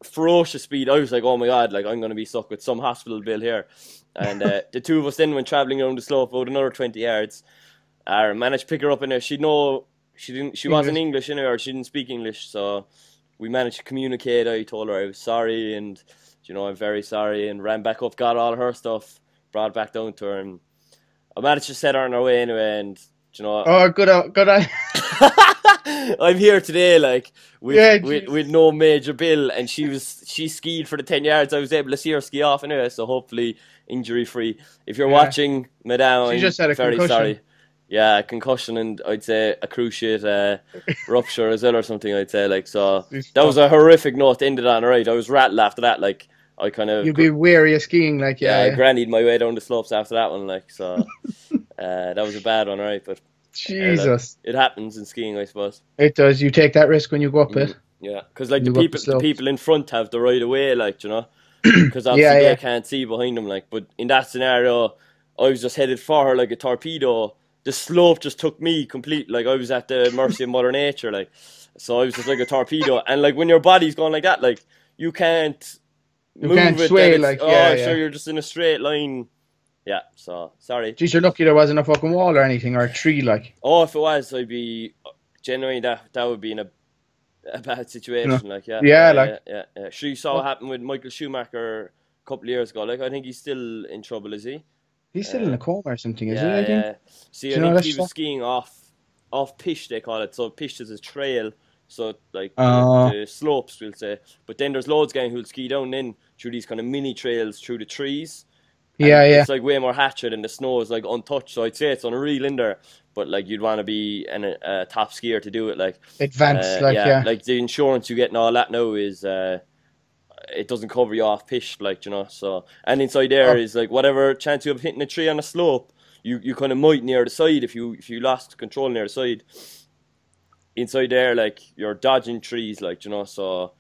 Speaker 1: ferocious speed. I was like, oh my god, like I'm gonna be stuck with some hospital bill here. And uh, the two of us then went traveling around the slope about another twenty yards. I managed to pick her up in there. She know she didn't. She wasn't English in or She didn't speak English, so we managed to communicate. I told her I was sorry, and you know I'm very sorry, and ran back up, got all her stuff, brought it back down to her, and I managed to set her on her way anyway. And you know,
Speaker 2: Oh, good on, good on.
Speaker 1: I'm here today, like with,
Speaker 2: Yeah,
Speaker 1: with
Speaker 2: geez.
Speaker 1: with no major bill, and she was she skied for the ten yards. I was able to see her ski off anyway, so hopefully injury free. If you're
Speaker 2: Yeah.
Speaker 1: watching, Madame,
Speaker 2: She
Speaker 1: I'm
Speaker 2: just had a
Speaker 1: very
Speaker 2: concussion.
Speaker 1: sorry. Yeah, a concussion and I'd say a cruciate uh, rupture as well or something. I'd say like so.
Speaker 2: She's
Speaker 1: That was a horrific note to end it on. Right, I was rattled after that. Like I kind of
Speaker 2: You'd be weary of skiing, like
Speaker 1: yeah,
Speaker 2: yeah.
Speaker 1: I grannied my way down the slopes after that one. Like so, uh, that was a bad one. Right, but
Speaker 2: Jesus,
Speaker 1: it happens in skiing, I suppose.
Speaker 2: it does. You take that risk when you go up it.
Speaker 1: Yeah, because like the
Speaker 2: You go up the
Speaker 1: people, the
Speaker 2: slopes.
Speaker 1: people in front have the right of way, like you know, because obviously
Speaker 2: yeah.
Speaker 1: they can't see behind them. Like, but in that scenario, I was just headed for her like a torpedo. The slope just took me complete. Like I was at the mercy of Mother Nature. Like, so I was just like a torpedo. And like when your body's going like that, like you can't
Speaker 2: You
Speaker 1: move
Speaker 2: can't
Speaker 1: it.
Speaker 2: sway,
Speaker 1: then it's-
Speaker 2: like,
Speaker 1: oh,
Speaker 2: yeah,
Speaker 1: so
Speaker 2: yeah.
Speaker 1: you're just in a straight line. Yeah. So sorry.
Speaker 2: Geez, you're lucky there wasn't a fucking wall or anything or a tree, like.
Speaker 1: Oh, if it was, I'd be genuinely that that would be in a, a bad situation. Like yeah,
Speaker 2: Yeah, like-
Speaker 1: yeah, yeah, yeah. Sure, you saw what happened with Michael Schumacher a couple of years ago. Like I think he's still in trouble, is he?
Speaker 2: He's still in a coma or something, is
Speaker 1: yeah,
Speaker 2: he? I think?
Speaker 1: yeah. See, I
Speaker 2: Do you know
Speaker 1: think
Speaker 2: that
Speaker 1: he was
Speaker 2: stuff?
Speaker 1: skiing off off pitch they call it. So pitch is a trail. So like the-
Speaker 2: Oh.
Speaker 1: the, slopes, we'll say. But then there's loads of guys who'll ski down in through these kind of mini trails through the trees. And
Speaker 2: Yeah, yeah.
Speaker 1: It's uh, like way more hatchet, and the snow is like untouched. So I'd say it's unreal in there, but like you'd want to be an, a top skier to do it. Like,
Speaker 2: Advanced,
Speaker 1: uh,
Speaker 2: like yeah.
Speaker 1: like the insurance you get and all that now is uh, it doesn't cover you off pitch, like you know. So and inside there
Speaker 2: Oh.
Speaker 1: is like whatever chance you have hitting a tree on a slope, you you kind of might near the side if you if you lost control near the side. Inside there, like you're dodging trees, like you know. So,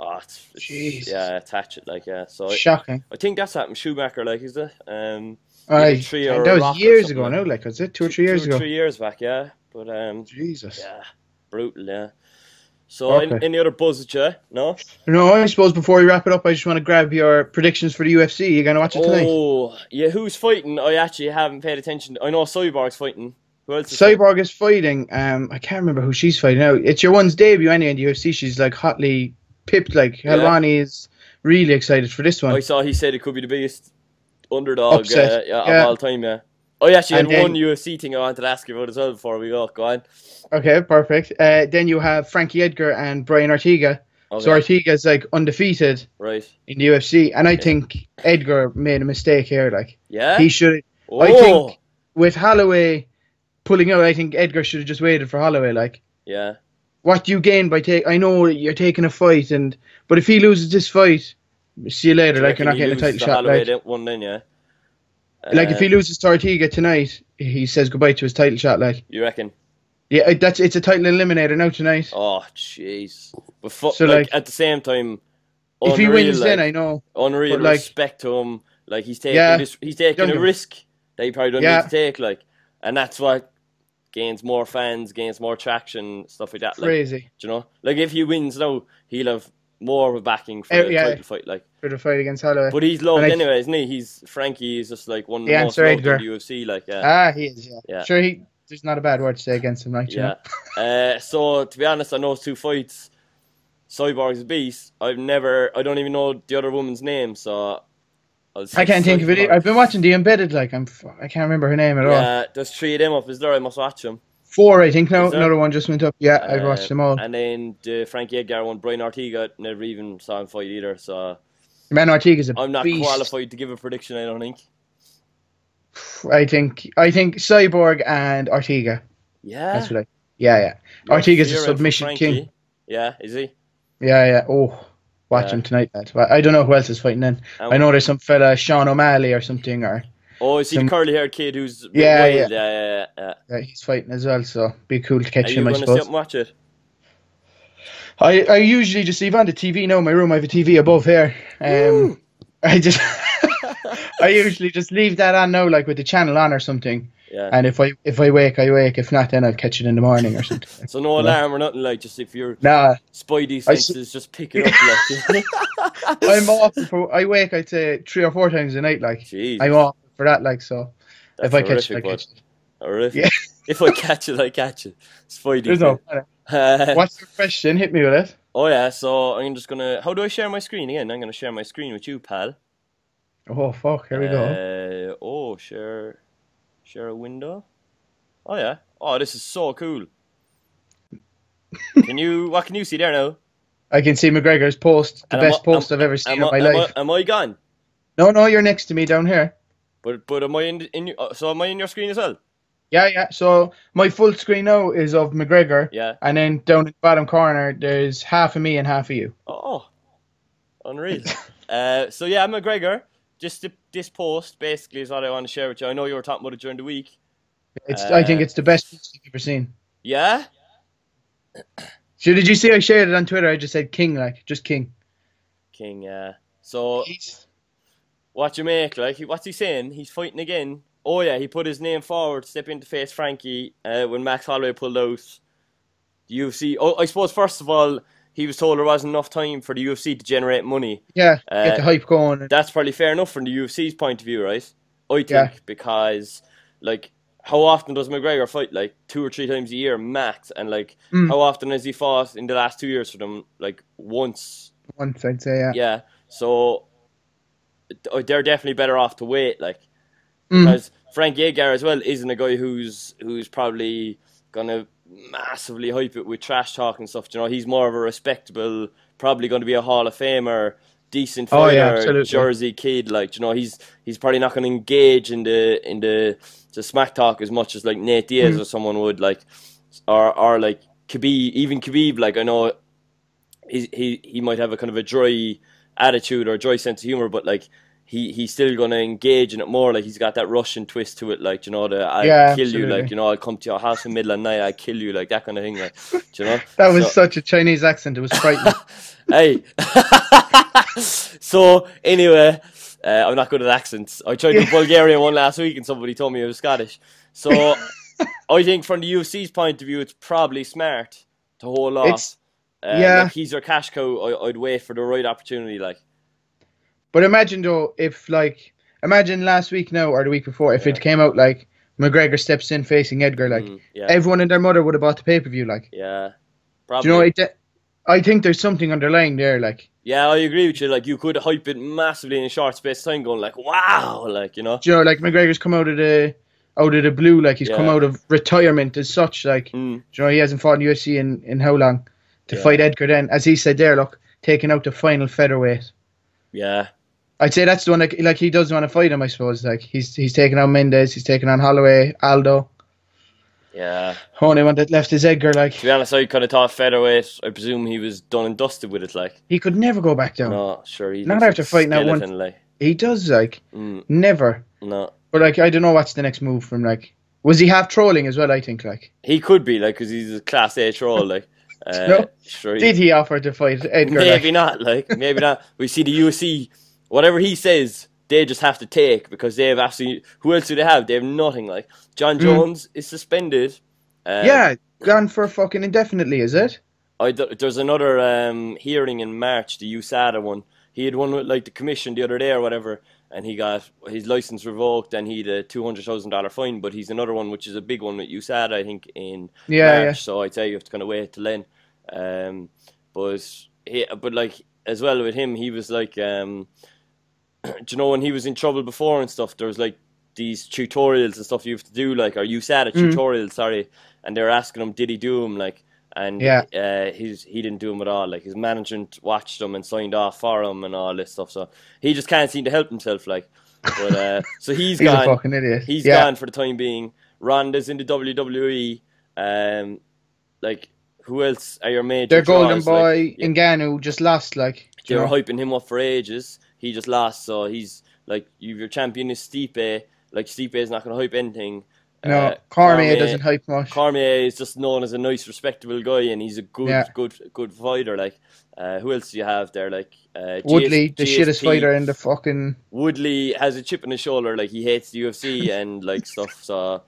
Speaker 1: ah, it's, it's-
Speaker 2: Jesus.
Speaker 1: yeah, attach it, like yeah. So I-
Speaker 2: Shocking.
Speaker 1: I think that's happened Schumacher, like is it? Um,
Speaker 2: Aye.
Speaker 1: tree or
Speaker 2: And
Speaker 1: a
Speaker 2: that
Speaker 1: rock or
Speaker 2: was years
Speaker 1: something
Speaker 2: ago
Speaker 1: like
Speaker 2: now,
Speaker 1: that.
Speaker 2: like was it two or three years
Speaker 1: two,
Speaker 2: ago?
Speaker 1: three years back, yeah. But um,
Speaker 2: Jesus.
Speaker 1: yeah, brutal, yeah. So an-
Speaker 2: Okay.
Speaker 1: any other buzz at you? No.
Speaker 2: No, I suppose before we wrap it up, I just want to grab your predictions for the UFC. You're gonna watch it tonight.
Speaker 1: Oh, yeah. Who's fighting? I actually haven't paid attention. I know Cyborg's fighting. Who else? Is
Speaker 2: Cyborg is fighting. Um, I can't remember who she's fighting now. It's your one's debut anyway in the UFC. She's like hotly pipped. Like
Speaker 1: Yeah.
Speaker 2: Helwani is really excited for this
Speaker 1: I
Speaker 2: one.
Speaker 1: saw he said it could be the biggest underdog uh,
Speaker 2: Upset,
Speaker 1: yeah,
Speaker 2: yeah.
Speaker 1: of all time. Yeah. I actually had
Speaker 2: And then-
Speaker 1: one UFC thing I wanted to ask you about as well before we go. Go on.
Speaker 2: Okay, perfect. Uh, then you have Frankie Edgar and Brian Ortega.
Speaker 1: Okay,
Speaker 2: So Ortega's like undefeated
Speaker 1: Right.
Speaker 2: in the UFC, and I think Edgar made a mistake here. Like
Speaker 1: Yeah.
Speaker 2: he should
Speaker 1: oh.
Speaker 2: I think- with Holloway pulling out. I think Edgar should have just waited for Holloway. Like.
Speaker 1: Yeah.
Speaker 2: what do you gain by take? I know you're taking a fight, and but if he loses this fight, see you later.
Speaker 1: Do you
Speaker 2: Like
Speaker 1: reckon
Speaker 2: you're not
Speaker 1: he
Speaker 2: getting a
Speaker 1: loses
Speaker 2: title
Speaker 1: to
Speaker 2: shot.
Speaker 1: Holloway
Speaker 2: Like,
Speaker 1: then- one then, yeah.
Speaker 2: like if
Speaker 1: Uh,
Speaker 2: he loses to Ortega tonight, he says goodbye to his title shot. Like
Speaker 1: you reckon?
Speaker 2: yeah, I- that's it's a title eliminator now tonight.
Speaker 1: Oh, jeez. But fu-
Speaker 2: So,
Speaker 1: like,
Speaker 2: like,
Speaker 1: at the same time,
Speaker 2: if he
Speaker 1: unreal,
Speaker 2: wins,
Speaker 1: like,
Speaker 2: then I know.
Speaker 1: unreal
Speaker 2: but, like-
Speaker 1: respect to him. Like he's taking
Speaker 2: Yeah.
Speaker 1: this, he's taking
Speaker 2: Don't
Speaker 1: a
Speaker 2: give-
Speaker 1: risk that he probably don't
Speaker 2: Yeah.
Speaker 1: need to take. Like, and that's what gains more fans, gains more traction, stuff like that. Like,
Speaker 2: Crazy
Speaker 1: do you know, like if he wins now, he'll have more of a backing for
Speaker 2: Eh,
Speaker 1: the
Speaker 2: yeah.
Speaker 1: title fight. Like,
Speaker 2: for the fight against Holloway.
Speaker 1: but he's loved
Speaker 2: And I-
Speaker 1: anyway, isn't he? He's Frankie is just like one of
Speaker 2: The
Speaker 1: the most
Speaker 2: answer,
Speaker 1: loved
Speaker 2: Edgar.
Speaker 1: in the UFC. Like, yeah.
Speaker 2: ah, he is. Yeah,
Speaker 1: uh, Yeah.
Speaker 2: sure. He there's not a bad word to say against him. Like you
Speaker 1: Yeah.
Speaker 2: know?
Speaker 1: uh, so to be honest, on those two fights, Cyborg's a beast. I've never, I don't even know the other woman's name, so I'll say
Speaker 2: I can't think of it.
Speaker 1: Cyborg.
Speaker 2: I've been watching the embedded. Like I'm, f- I can't remember her name at all.
Speaker 1: Yeah, there's three of them up. Is there? I must watch them.
Speaker 2: Four, I think. Now
Speaker 1: Is there?
Speaker 2: another one just went up. Yeah, I've
Speaker 1: Uh,
Speaker 2: watched them all.
Speaker 1: And then the Frankie Edgar one, Brian Ortega. Never even saw him fight either, so
Speaker 2: Man Ortega's a
Speaker 1: I'm not
Speaker 2: beast.
Speaker 1: qualified to give a prediction. I don't think.
Speaker 2: I think I think Cyborg and Ortega.
Speaker 1: Yeah.
Speaker 2: That's what I. Yeah, yeah.
Speaker 1: Yeah,
Speaker 2: Ortega's a
Speaker 1: Fury for
Speaker 2: submission
Speaker 1: Frankie.
Speaker 2: king.
Speaker 1: Yeah, is he?
Speaker 2: Yeah, yeah. Oh, watch
Speaker 1: Yeah.
Speaker 2: him tonight, lad. Well, I don't know who else is fighting in.
Speaker 1: Um,
Speaker 2: I know there's some fella Sean O'Malley or something, or
Speaker 1: Oh, is he the
Speaker 2: Some-
Speaker 1: curly haired kid who's been
Speaker 2: Yeah,
Speaker 1: wild? yeah, yeah, yeah.
Speaker 2: uh, he's fighting as well. So be cool to
Speaker 1: Are
Speaker 2: catch
Speaker 1: you
Speaker 2: him, I
Speaker 1: going to sit
Speaker 2: suppose.
Speaker 1: and watch it?
Speaker 2: I, I usually just leave on the TV now. in My room, I have a TV above here. Um, I just I usually just leave that on now, like with the channel on or something.
Speaker 1: Yeah.
Speaker 2: And if I if I wake, I wake. If not, then I'll catch it in the morning or something.
Speaker 1: so no alarm or nothing like just if your
Speaker 2: nah,
Speaker 1: spidey
Speaker 2: I s-
Speaker 1: senses just pick it up like
Speaker 2: I'm off. For, I wake, I'd say three or four times a night. Like
Speaker 1: Jeez.
Speaker 2: I'm off for that. Like so, if
Speaker 1: that's
Speaker 2: I catch, it, I
Speaker 1: horrific, bud.
Speaker 2: catch. it.
Speaker 1: Horrific.
Speaker 2: Yeah.
Speaker 1: if I catch it, I catch it. Spidey.
Speaker 2: There's no. panic.
Speaker 1: Uh,
Speaker 2: What's your question? Hit me with it.
Speaker 1: oh yeah, so I'm just gonna how do I share my screen again? I'm gonna share my screen with you, pal.
Speaker 2: Oh fuck! Here we go.
Speaker 1: Uh, oh, share, share a window. Oh yeah. Oh, this is so cool. can you? What can you see there now?
Speaker 2: I can see McGregor's post, the
Speaker 1: and I'm
Speaker 2: best
Speaker 1: o-
Speaker 2: post I've ever seen
Speaker 1: Am
Speaker 2: in
Speaker 1: I,
Speaker 2: my
Speaker 1: am,
Speaker 2: life.
Speaker 1: I, am I gone?
Speaker 2: No, no, you're next to me down here.
Speaker 1: But but am I in, in uh, so am I in your screen as well?
Speaker 2: Yeah, yeah. So my full screen now is of McGregor,
Speaker 1: Yeah.
Speaker 2: and then down in the bottom corner, there's half of me and half of you.
Speaker 1: Oh, unreal. uh, so yeah, McGregor. Just th- this post basically is what I want to share with you. I know you were talking about it during the week.
Speaker 2: It's I think
Speaker 1: Uh,
Speaker 2: it's the best post I've ever seen.
Speaker 1: Yeah.
Speaker 2: So did you see I shared it on Twitter? I just said King, like just King.
Speaker 1: King. Uh, so
Speaker 2: He's-
Speaker 1: What you make, like, he- what's he saying? He's fighting again. Oh, yeah, he put his name forward, step into face Frankie uh, when Max Holloway pulled out. The UFC, oh, I suppose, first of all, he was told there wasn't enough time for the UFC to generate money.
Speaker 2: yeah,
Speaker 1: Uh,
Speaker 2: get the hype going.
Speaker 1: That's probably fair enough from the UFC's point of view, right? I think,
Speaker 2: Yeah.
Speaker 1: because, like, how often does McGregor fight? Like, two or three times a year, max. And, like,
Speaker 2: Mm.
Speaker 1: how often has he fought in the last two years for them? Like, once
Speaker 2: Once I'd say, yeah.
Speaker 1: yeah. So th- they're definitely better off to wait, like
Speaker 2: Mm.
Speaker 1: because Frank Yeager as well isn't a guy who's who's probably gonna massively hype it with trash talk and stuff. do You know, he's more of a respectable, probably going to be a Hall of Famer, decent
Speaker 2: Oh, yeah,
Speaker 1: fighter,
Speaker 2: absolutely.
Speaker 1: Jersey kid. Like do you know, he's he's probably not going to engage in the in the the smack talk as much as like Nate Diaz
Speaker 2: Mm.
Speaker 1: or someone would like, or or like Khabib, even Khabib. Like I know he he he might have a kind of a dry attitude or a dry sense of humor, but like he he's still gonna engage in it more. Like he's got that Russian twist to it, like you know, the I'll
Speaker 2: Yeah,
Speaker 1: kill you,
Speaker 2: absolutely.
Speaker 1: like you know, I'll come to your house in the middle of the night, I'll kill you, like that kind of thing, like do you know.
Speaker 2: That was
Speaker 1: So-
Speaker 2: such a Chinese accent. It was frightening.
Speaker 1: hey. so anyway, uh, I'm not good at accents. I tried the Bulgarian one last week, and somebody told me I was Scottish. So I think from the UFC's point of view, it's probably smart to hold off.
Speaker 2: It's-
Speaker 1: Uh,
Speaker 2: yeah.
Speaker 1: like, he's your cash cow. I, I'd wait for the right opportunity. Like,
Speaker 2: but imagine though, if like imagine last week now or the week before, if it came out like McGregor steps in facing Edgar, like
Speaker 1: mm, yeah,
Speaker 2: everyone and their mother would have bought the pay per view. Like,
Speaker 1: yeah,
Speaker 2: do
Speaker 1: probably.
Speaker 2: you know? It, I think there's something underlying there. Like,
Speaker 1: yeah, I agree with you. Like, you could hype it massively in a short space of time, going like, "Wow!" Like, you know,
Speaker 2: do you know, like McGregor's come out of the out of the blue, like he's come
Speaker 1: Yeah.
Speaker 2: out of retirement as such. Like,
Speaker 1: Mm.
Speaker 2: do you know, he hasn't fought in UFC in, in how long to
Speaker 1: Yeah.
Speaker 2: fight Edgar. Then, as he said there, look, taking out the final featherweight.
Speaker 1: yeah,
Speaker 2: I'd say that's the one like like he does want to fight him. I suppose like he's he's taking on Mendez, he's taking on Holloway, Aldo.
Speaker 1: yeah.
Speaker 2: Only Oh, one that left is Edgar. Like
Speaker 1: To be honest, I kind of thought featherweight. I presume he was done and dusted with it. Like,
Speaker 2: he could never go back down.
Speaker 1: no, sure, he's
Speaker 2: Not after fighting that one-
Speaker 1: Like,
Speaker 2: He does like
Speaker 1: mm,
Speaker 2: never.
Speaker 1: no,
Speaker 2: But like I don't know what's the next move from like. Was he half trolling as well? I think like
Speaker 1: he could be like, because he's a class A troll. Like, uh,
Speaker 2: No.
Speaker 1: sure, he-
Speaker 2: did he offer to fight Edgar?
Speaker 1: maybe
Speaker 2: Like,
Speaker 1: not. Like, maybe not. We see the UFC. Whatever he says, they just have to take because they have absolutely. Who else do they have? They have nothing. Like, John Jones is suspended. Uh,
Speaker 2: yeah, gone for fucking indefinitely. Is it?
Speaker 1: I d- there's another um, hearing in March, the USADA one. He had one with like the commission the other day or whatever, and he got his license revoked and he had a two hundred thousand dollar fine. But he's another one, which is a big one with USADA, I think, in
Speaker 2: Yeah,
Speaker 1: March.
Speaker 2: yeah.
Speaker 1: So I'd say you have to kind of wait till then. Um, but he, but like as well with him, he was like, um, do you know when he was in trouble before and stuff? There was like these tutorials and stuff you have to do, like or USADA
Speaker 2: Mm.
Speaker 1: tutorials, sorry, and they're asking him, did he do them, like. And
Speaker 2: Yeah.
Speaker 1: uh, his he didn't do him at all. Like his management watched him and signed off for him and all this stuff. So he just can't seem to help himself. Like But uh, so he's
Speaker 2: He's a
Speaker 1: gone.
Speaker 2: fucking idiot.
Speaker 1: He's
Speaker 2: yeah.
Speaker 1: gone for the time being. Ronda's in the WWE. Um, like who else are your major?
Speaker 2: Their golden
Speaker 1: draws? Like,
Speaker 2: boy
Speaker 1: yeah,
Speaker 2: Ngannou just lost like
Speaker 1: they
Speaker 2: you
Speaker 1: were
Speaker 2: know,
Speaker 1: hyping him up for ages. He just lost, so he's like, you your champion is Stipe. Like Stipe is not going to hype anything.
Speaker 2: no
Speaker 1: Uh,
Speaker 2: Cormier doesn't hype much.
Speaker 1: Cormier is just known as a nice, respectable guy, and he's a good,
Speaker 2: Yeah.
Speaker 1: good, good fighter. Like, uh, who else do you have there? Like uh,
Speaker 2: Woodley, the
Speaker 1: GSP.
Speaker 2: shittest fighter in the fucking
Speaker 1: Woodley has a chip on his shoulder, like he hates the UFC and like stuff. So,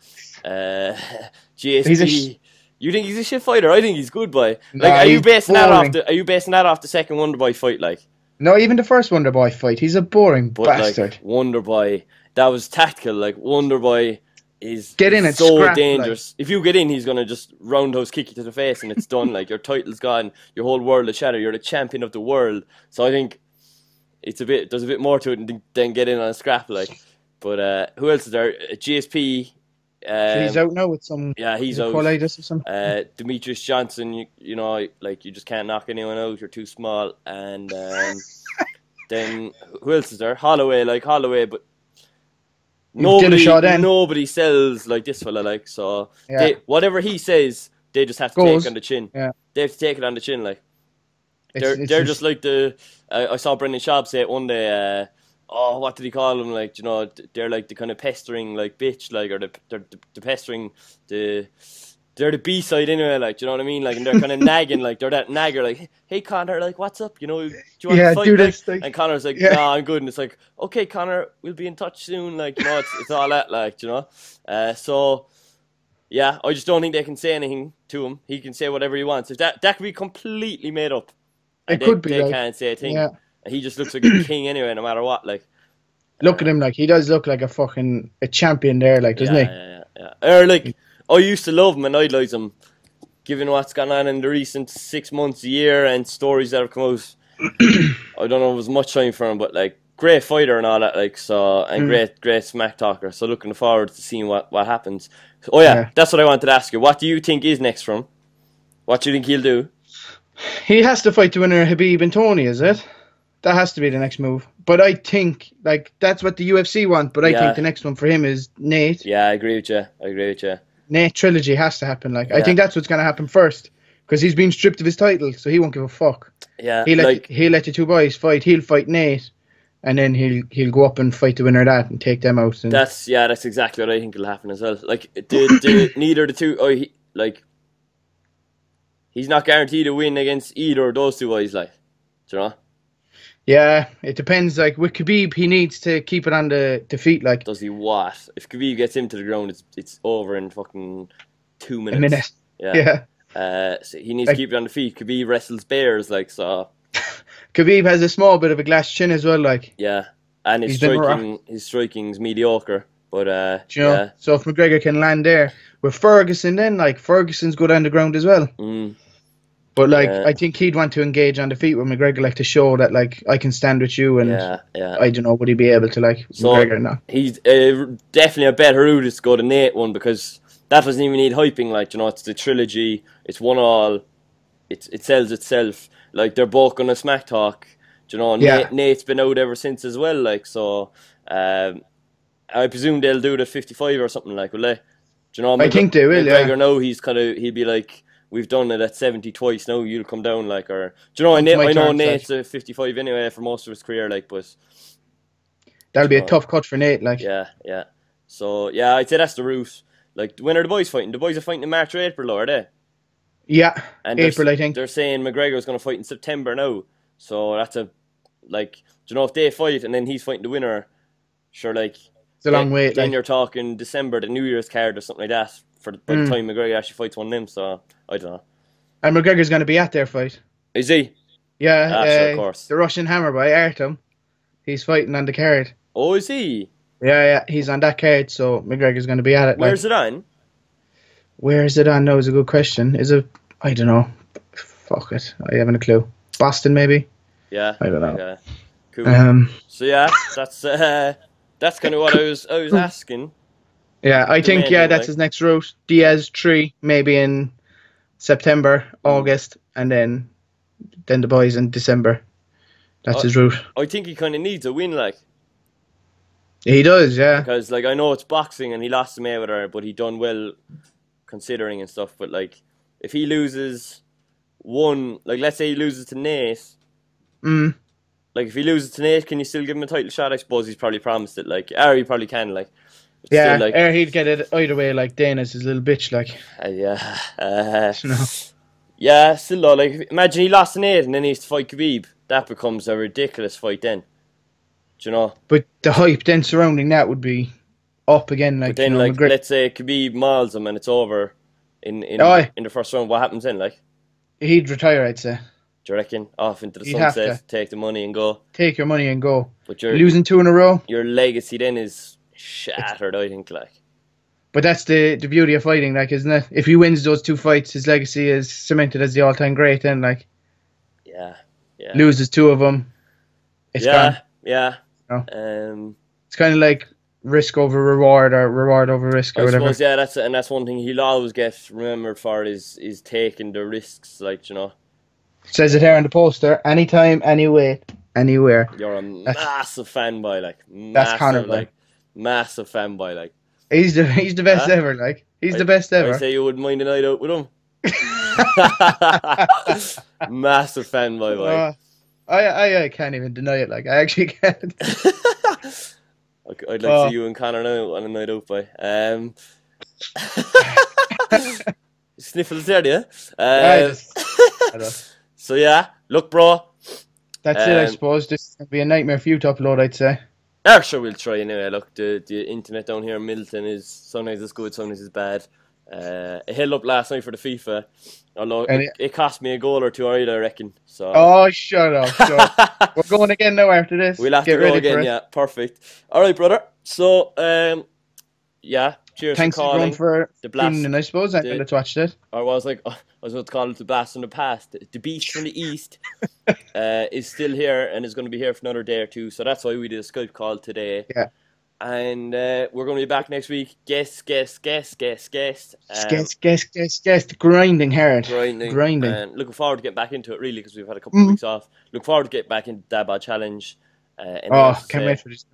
Speaker 1: uh, GSP.
Speaker 2: He's a sh-
Speaker 1: you think he's a shit fighter? I think he's good, boy. Like,
Speaker 2: Nah,
Speaker 1: are you
Speaker 2: he's
Speaker 1: basing that off?
Speaker 2: boring.
Speaker 1: The, are you basing that off the second Wonder Boy fight? Like,
Speaker 2: No, even the first Wonder Boy fight, he's a boring
Speaker 1: but
Speaker 2: bastard.
Speaker 1: like Wonder Boy, that was tactical. Like Wonder Boy is
Speaker 2: Get in
Speaker 1: is
Speaker 2: and
Speaker 1: so
Speaker 2: scrap, like.
Speaker 1: dangerous. If you get in, he's gonna just roundhouse kick you to the face, and it's done. like your title's gone, your whole world is shattered. You're the champion of the world. So I think it's a bit. There's a bit more to it than, than get in on a scrap. Like, but uh, who else is there? Uh, GSP. Um,
Speaker 2: he's out now with some
Speaker 1: Yeah, he's
Speaker 2: is it
Speaker 1: out.
Speaker 2: colitis or something.
Speaker 1: Uh, Demetrius Johnson, you, you know, like you just can't knock anyone out. You're too small. And um, then who else is there? Holloway, like Holloway, but nobody,
Speaker 2: Dillashaw then.
Speaker 1: nobody sells like this fella. Like so,
Speaker 2: Yeah.
Speaker 1: they, whatever he says, they just have to
Speaker 2: Goes.
Speaker 1: take on the chin.
Speaker 2: Yeah.
Speaker 1: They have to take it on the chin. Like
Speaker 2: It's-
Speaker 1: they're
Speaker 2: it's
Speaker 1: they're
Speaker 2: ins-
Speaker 1: just like the I I saw Brendan Schaub say it one day. Uh, oh, what did he call them? Like you know, th- they're like the kind of pestering like bitch, like or the they're the, the pestering the. They're the B side anyway, like do you know what I mean, like, and they're kind of nagging, like they're that nagger, like, hey Connor, like, what's up, you know, do you want
Speaker 2: Yeah,
Speaker 1: to fight?
Speaker 2: do
Speaker 1: like?
Speaker 2: this thing.
Speaker 1: And Connor's like,
Speaker 2: Yeah.
Speaker 1: nah, I'm good, and it's like, okay, Connor, we'll be in touch soon, like, you know, it's, it's all that, like, do you know, uh, so yeah, I just don't think they can say anything to him. He can say whatever he wants. If that that could be completely made up,
Speaker 2: It
Speaker 1: they,
Speaker 2: could be,
Speaker 1: They
Speaker 2: like,
Speaker 1: can't say a thing.
Speaker 2: yeah.
Speaker 1: He just looks like a king anyway, no matter what. Like,
Speaker 2: Look at him like he does look like a fucking a champion there, like doesn't
Speaker 1: yeah,
Speaker 2: he?
Speaker 1: yeah, yeah, yeah. Or like, I used to love him and idolize him, given what's gone on in the recent six months, year, and stories that have come out. I don't know if it was much time for him, but like, great fighter and all that. Like, so
Speaker 2: Mm.
Speaker 1: and great, great smack talker. So looking forward to seeing what what happens. Oh yeah,
Speaker 2: Yeah.
Speaker 1: that's what I wanted to ask you. What do you think is next from? What do you think he'll do?
Speaker 2: He has to fight the winner of Habib and Tony, is it? That has to be the next move. But I think like that's what the UFC want, but I
Speaker 1: Yeah.
Speaker 2: think the next one for him is Nate.
Speaker 1: Yeah, I agree with you. I agree with you.
Speaker 2: Nate trilogy has to happen. Like I
Speaker 1: Yeah.
Speaker 2: think that's what's gonna happen first. Because he's been stripped of his title, so he won't give a fuck.
Speaker 1: Yeah,
Speaker 2: He let
Speaker 1: like
Speaker 2: he let the two boys fight. He'll fight Nate, and then he'll he'll go up and fight the winner of that and take them out. And
Speaker 1: that's yeah, that's exactly what I think will happen as well. Like the, the neither the two, oh, he, like he's not guaranteed a win against either of those two guys. Like, do you know?
Speaker 2: yeah, it depends. Like with Khabib, he needs to keep it on the defeat. Like
Speaker 1: Does he what? If Khabib gets him to the ground, it's it's over in fucking two minutes.
Speaker 2: a minute.
Speaker 1: Yeah.
Speaker 2: Yeah.
Speaker 1: Uh, so he needs
Speaker 2: Like-
Speaker 1: to keep it on the feet. Khabib wrestles bears like so.
Speaker 2: Khabib has a small bit of a glass chin as well. Like
Speaker 1: Yeah, and his
Speaker 2: He's been rock-
Speaker 1: striking, his striking's mediocre. But uh,
Speaker 2: do you know,
Speaker 1: yeah,
Speaker 2: so if McGregor can land there with Ferguson, then like Ferguson's good on the ground as well.
Speaker 1: mm,
Speaker 2: But like
Speaker 1: Yeah.
Speaker 2: I think he'd want to engage on the feet with McGregor, like to show that like I can stand with you and.
Speaker 1: yeah, yeah.
Speaker 2: I don't know. Would he be able to like
Speaker 1: So-
Speaker 2: McGregor? No.
Speaker 1: he's uh, definitely a better route to score than Nate one because that doesn't even need hyping. Like you know, it's the trilogy. It's one all. It it sells itself. Like they're both gonna smack talk. You know,
Speaker 2: Yeah.
Speaker 1: Nate, Nate's been out ever since as well. Like so, um, I presume they'll do the fifty five or something like. Will they? Do you know?
Speaker 2: I think they will, yeah.
Speaker 1: McGregor know he's kind of he'll be like. We've done it at seventy twice. Now you'll come down like, or do you know? I, Nate,
Speaker 2: my
Speaker 1: I know
Speaker 2: turn, Saj.
Speaker 1: Nate's a fifty-five anyway for most of his career. Like, but
Speaker 2: That'll be a
Speaker 1: Oh.
Speaker 2: tough cut for Nate. Like
Speaker 1: yeah, yeah. So yeah, I'd say that's the route. Like when are the boys fighting? The boys are fighting in March or April, are they?
Speaker 2: Yeah,
Speaker 1: they're-
Speaker 2: April, I think.
Speaker 1: They're saying McGregor's going to fight in September now. So that's a like, do you know if they fight and then he's fighting the winner? Sure, like
Speaker 2: It's a long
Speaker 1: then,
Speaker 2: way.
Speaker 1: Then
Speaker 2: Like,
Speaker 1: you're talking December, the New Year's card or something like that. For by
Speaker 2: Mm.
Speaker 1: the time McGregor actually fights one of them, so I don't know.
Speaker 2: and McGregor's going to be at their fight.
Speaker 1: Is he?
Speaker 2: Yeah,
Speaker 1: Ah, sure, of
Speaker 2: uh,
Speaker 1: course.
Speaker 2: the Russian Hammer by Artem. He's fighting on the card.
Speaker 1: Oh, is he?
Speaker 2: Yeah, yeah, he's on that card, so McGregor's going to be at it.
Speaker 1: Where's
Speaker 2: Where's
Speaker 1: it on?
Speaker 2: where is it on? No, is a good question. Is it? I don't know. Fuck it, I haven't a clue. Boston, maybe.
Speaker 1: Yeah,
Speaker 2: I don't know.
Speaker 1: okay. Cool.
Speaker 2: Um,
Speaker 1: so yeah, that's uh, that's kind of what I was I was
Speaker 2: Mm.
Speaker 1: asking.
Speaker 2: yeah, I
Speaker 1: The
Speaker 2: think
Speaker 1: main
Speaker 2: yeah,
Speaker 1: one,
Speaker 2: that's
Speaker 1: like.
Speaker 2: his next route. Diaz three, maybe in September,
Speaker 1: Mm.
Speaker 2: August, and then then the boys in December. That's
Speaker 1: Oh.
Speaker 2: his route.
Speaker 1: I think he kind of needs a win, like.
Speaker 2: He does, yeah.
Speaker 1: because like I know it's boxing and he lost to Mayweather, but he done well considering and stuff. But like if he loses one, like let's say he loses to Nate,
Speaker 2: Mm.
Speaker 1: like if he loses to Nate, can you still give him a title shot? I suppose he's probably promised it. Like, or he probably can. Like, It's
Speaker 2: Yeah,
Speaker 1: still, like,
Speaker 2: or he'd get it either way. Like Dana's his little bitch. Like,
Speaker 1: uh, yeah, uh,
Speaker 2: No.
Speaker 1: yeah, still though. Like, if- imagine he lost to Nate and then he has to fight Khabib. That becomes a ridiculous fight then. Do you know?
Speaker 2: but the hype then surrounding that would be up again. Like,
Speaker 1: But then,
Speaker 2: you know,
Speaker 1: like,
Speaker 2: McGregor-
Speaker 1: let's say Khabib mauls him and it's over in in,
Speaker 2: Aye.
Speaker 1: in the first round. What happens then? Like,
Speaker 2: he'd retire. I'd say,
Speaker 1: do you reckon off into the
Speaker 2: He'd have
Speaker 1: sunset, take the money and go?
Speaker 2: take your money and go.
Speaker 1: But your
Speaker 2: Losing two in a row,
Speaker 1: your legacy then is shattered. I think like.
Speaker 2: but that's the the beauty of fighting. Like, isn't it? If he wins those two fights, his legacy is cemented as the all time great. Then, like,
Speaker 1: Yeah, yeah,
Speaker 2: loses two of them, it's
Speaker 1: yeah,
Speaker 2: gone.
Speaker 1: yeah.
Speaker 2: No.
Speaker 1: Um,
Speaker 2: It's kind of like risk over reward or reward over risk or
Speaker 1: I
Speaker 2: whatever.
Speaker 1: suppose yeah, that's and that's one thing he'll always get remembered for is is taking the risks. Like you know,
Speaker 2: Says it here on the poster. Anytime, anyway, anywhere.
Speaker 1: you're a massive fanboy, like
Speaker 2: that's
Speaker 1: massive,
Speaker 2: Conor,
Speaker 1: like massive fanboy, like.
Speaker 2: He's the he's the best
Speaker 1: Huh?
Speaker 2: ever. Like, he's
Speaker 1: I-
Speaker 2: the best
Speaker 1: I
Speaker 2: ever.
Speaker 1: say you wouldn't mind a night out with him. massive fanboy, like.
Speaker 2: Uh, I, I I can't even deny it. Like, I actually can't.
Speaker 1: Okay, I'd like to
Speaker 2: Uh,
Speaker 1: see you and Connor now on a night out, boy. Um, sniffles there, yeah.
Speaker 2: I
Speaker 1: Uh,
Speaker 2: just- I don't-
Speaker 1: so yeah, look, bro.
Speaker 2: that's it, I
Speaker 1: Um,
Speaker 2: suppose. This is gonna be a nightmare for you to upload. I'd say.
Speaker 1: Ah, sure, we'll try anyway. Look, the, the internet down here in Milton is sometimes it's good, sometimes it's bad. Uh, it held up last night for the FIFA, although
Speaker 2: And
Speaker 1: it, it cost me a goal or two either, I reckon. So
Speaker 2: Oh, shut up! shut up. We're going again now after this.
Speaker 1: We'll have
Speaker 2: Get
Speaker 1: to go
Speaker 2: ready for
Speaker 1: again,
Speaker 2: it.
Speaker 1: yeah. Perfect. All right, brother. So, um, yeah, cheers
Speaker 2: Thanks
Speaker 1: for
Speaker 2: everyone
Speaker 1: calling.
Speaker 2: for
Speaker 1: the blast.
Speaker 2: tuning in. I suppose I'm
Speaker 1: the-
Speaker 2: going to watch it.
Speaker 1: Or what I was like, I was about to call it the blast from the past. The beast from the east uh, is still here and is going to be here for another day or two. So that's why we did a Skype call today.
Speaker 2: Yeah.
Speaker 1: And uh, we're going to be back next week. Guess, guess, guess, guess, guess. Um,
Speaker 2: Guess, guess, guess, guess. Grinding hard.
Speaker 1: grinding, Um,
Speaker 2: Grinding.
Speaker 1: And looking forward to getting back into it really because we've had a couple of
Speaker 2: Mhm.
Speaker 1: weeks off. Look forward to getting back into Dabba challenge. Uh, anything
Speaker 2: Oh,
Speaker 1: else to
Speaker 2: can't
Speaker 1: say?
Speaker 2: wait for this.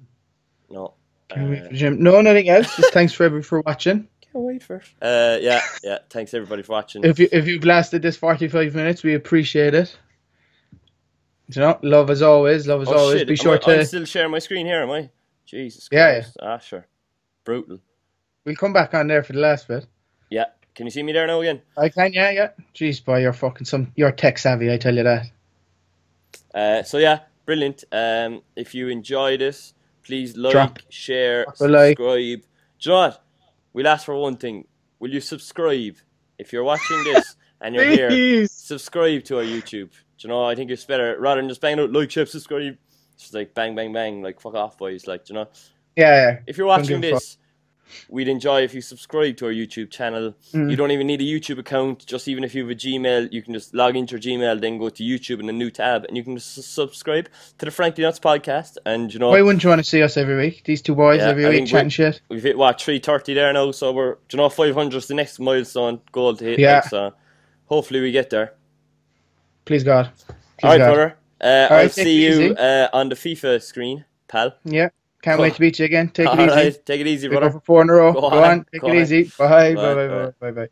Speaker 1: No.
Speaker 2: Can't
Speaker 1: Uh,
Speaker 2: wait for the gym. No, nothing else. Just thanks for everyone for watching.
Speaker 1: Can't wait for it. Uh, yeah, yeah. Thanks everybody for watching.
Speaker 2: If you if you've lasted this 45 minutes, we appreciate it. Do you know, love as always. Love as
Speaker 1: oh
Speaker 2: always.
Speaker 1: shit!
Speaker 2: Be
Speaker 1: am
Speaker 2: sure
Speaker 1: I,
Speaker 2: to.
Speaker 1: I'm still sharing my screen here, am I? Jesus.
Speaker 2: Yeah,
Speaker 1: Christ. Ah, sure. Brutal.
Speaker 2: We'll come back on there for the last bit.
Speaker 1: Yeah. Can you see me there now again?
Speaker 2: I can, yeah, yeah. Jeez, boy, you're fucking some. You're tech savvy, I tell you that.
Speaker 1: Uh, so yeah, brilliant. Um, if you enjoyed this, please like,
Speaker 2: Drop.
Speaker 1: share,
Speaker 2: a like.
Speaker 1: subscribe. Do you know what? We'll ask for one thing. Will you subscribe if you're watching this and you're here?
Speaker 2: Please.
Speaker 1: Subscribe to our YouTube. Do you know? I think it's better rather than just banging out like, share, subscribe. It's just like bang, bang, bang. Like fuck off, boys. Like do you know.
Speaker 2: Yeah, yeah.
Speaker 1: If you're
Speaker 2: Don't give
Speaker 1: watching
Speaker 2: a fuck.
Speaker 1: this, we'd enjoy if you subscribe to our YouTube channel.
Speaker 2: Mm.
Speaker 1: You don't even need a YouTube account. Just even if you have a Gmail, you can just log into your Gmail, then go to YouTube in a new tab, and you can just s- subscribe to the Frankly Nuts podcast. And you know,
Speaker 2: Why wouldn't you want to see us every week? These two boys
Speaker 1: Yeah,
Speaker 2: every
Speaker 1: I
Speaker 2: week
Speaker 1: think we-
Speaker 2: chatting shit.
Speaker 1: we've hit what three thirty there now, so we're do you know five hundred is the next milestone goal to hit.
Speaker 2: Yeah.
Speaker 1: like, so hopefully we get there.
Speaker 2: Please God. Please
Speaker 1: All right,
Speaker 2: God.
Speaker 1: brother. Uh,
Speaker 2: All right,
Speaker 1: I'll
Speaker 2: take
Speaker 1: see
Speaker 2: it
Speaker 1: you
Speaker 2: easy.
Speaker 1: uh, on the FIFA screen, pal.
Speaker 2: Yeah. Can't wait to beat you again. Take
Speaker 1: All
Speaker 2: it
Speaker 1: right,
Speaker 2: easy.
Speaker 1: take it easy,
Speaker 2: We go
Speaker 1: brother.
Speaker 2: for four in a row.
Speaker 1: Go
Speaker 2: Go on.
Speaker 1: on,
Speaker 2: Take
Speaker 1: go
Speaker 2: it
Speaker 1: on.
Speaker 2: easy. Bye. Bye.
Speaker 1: Bye,
Speaker 2: Bye.
Speaker 1: bye.
Speaker 2: Bye. Bye. Bye.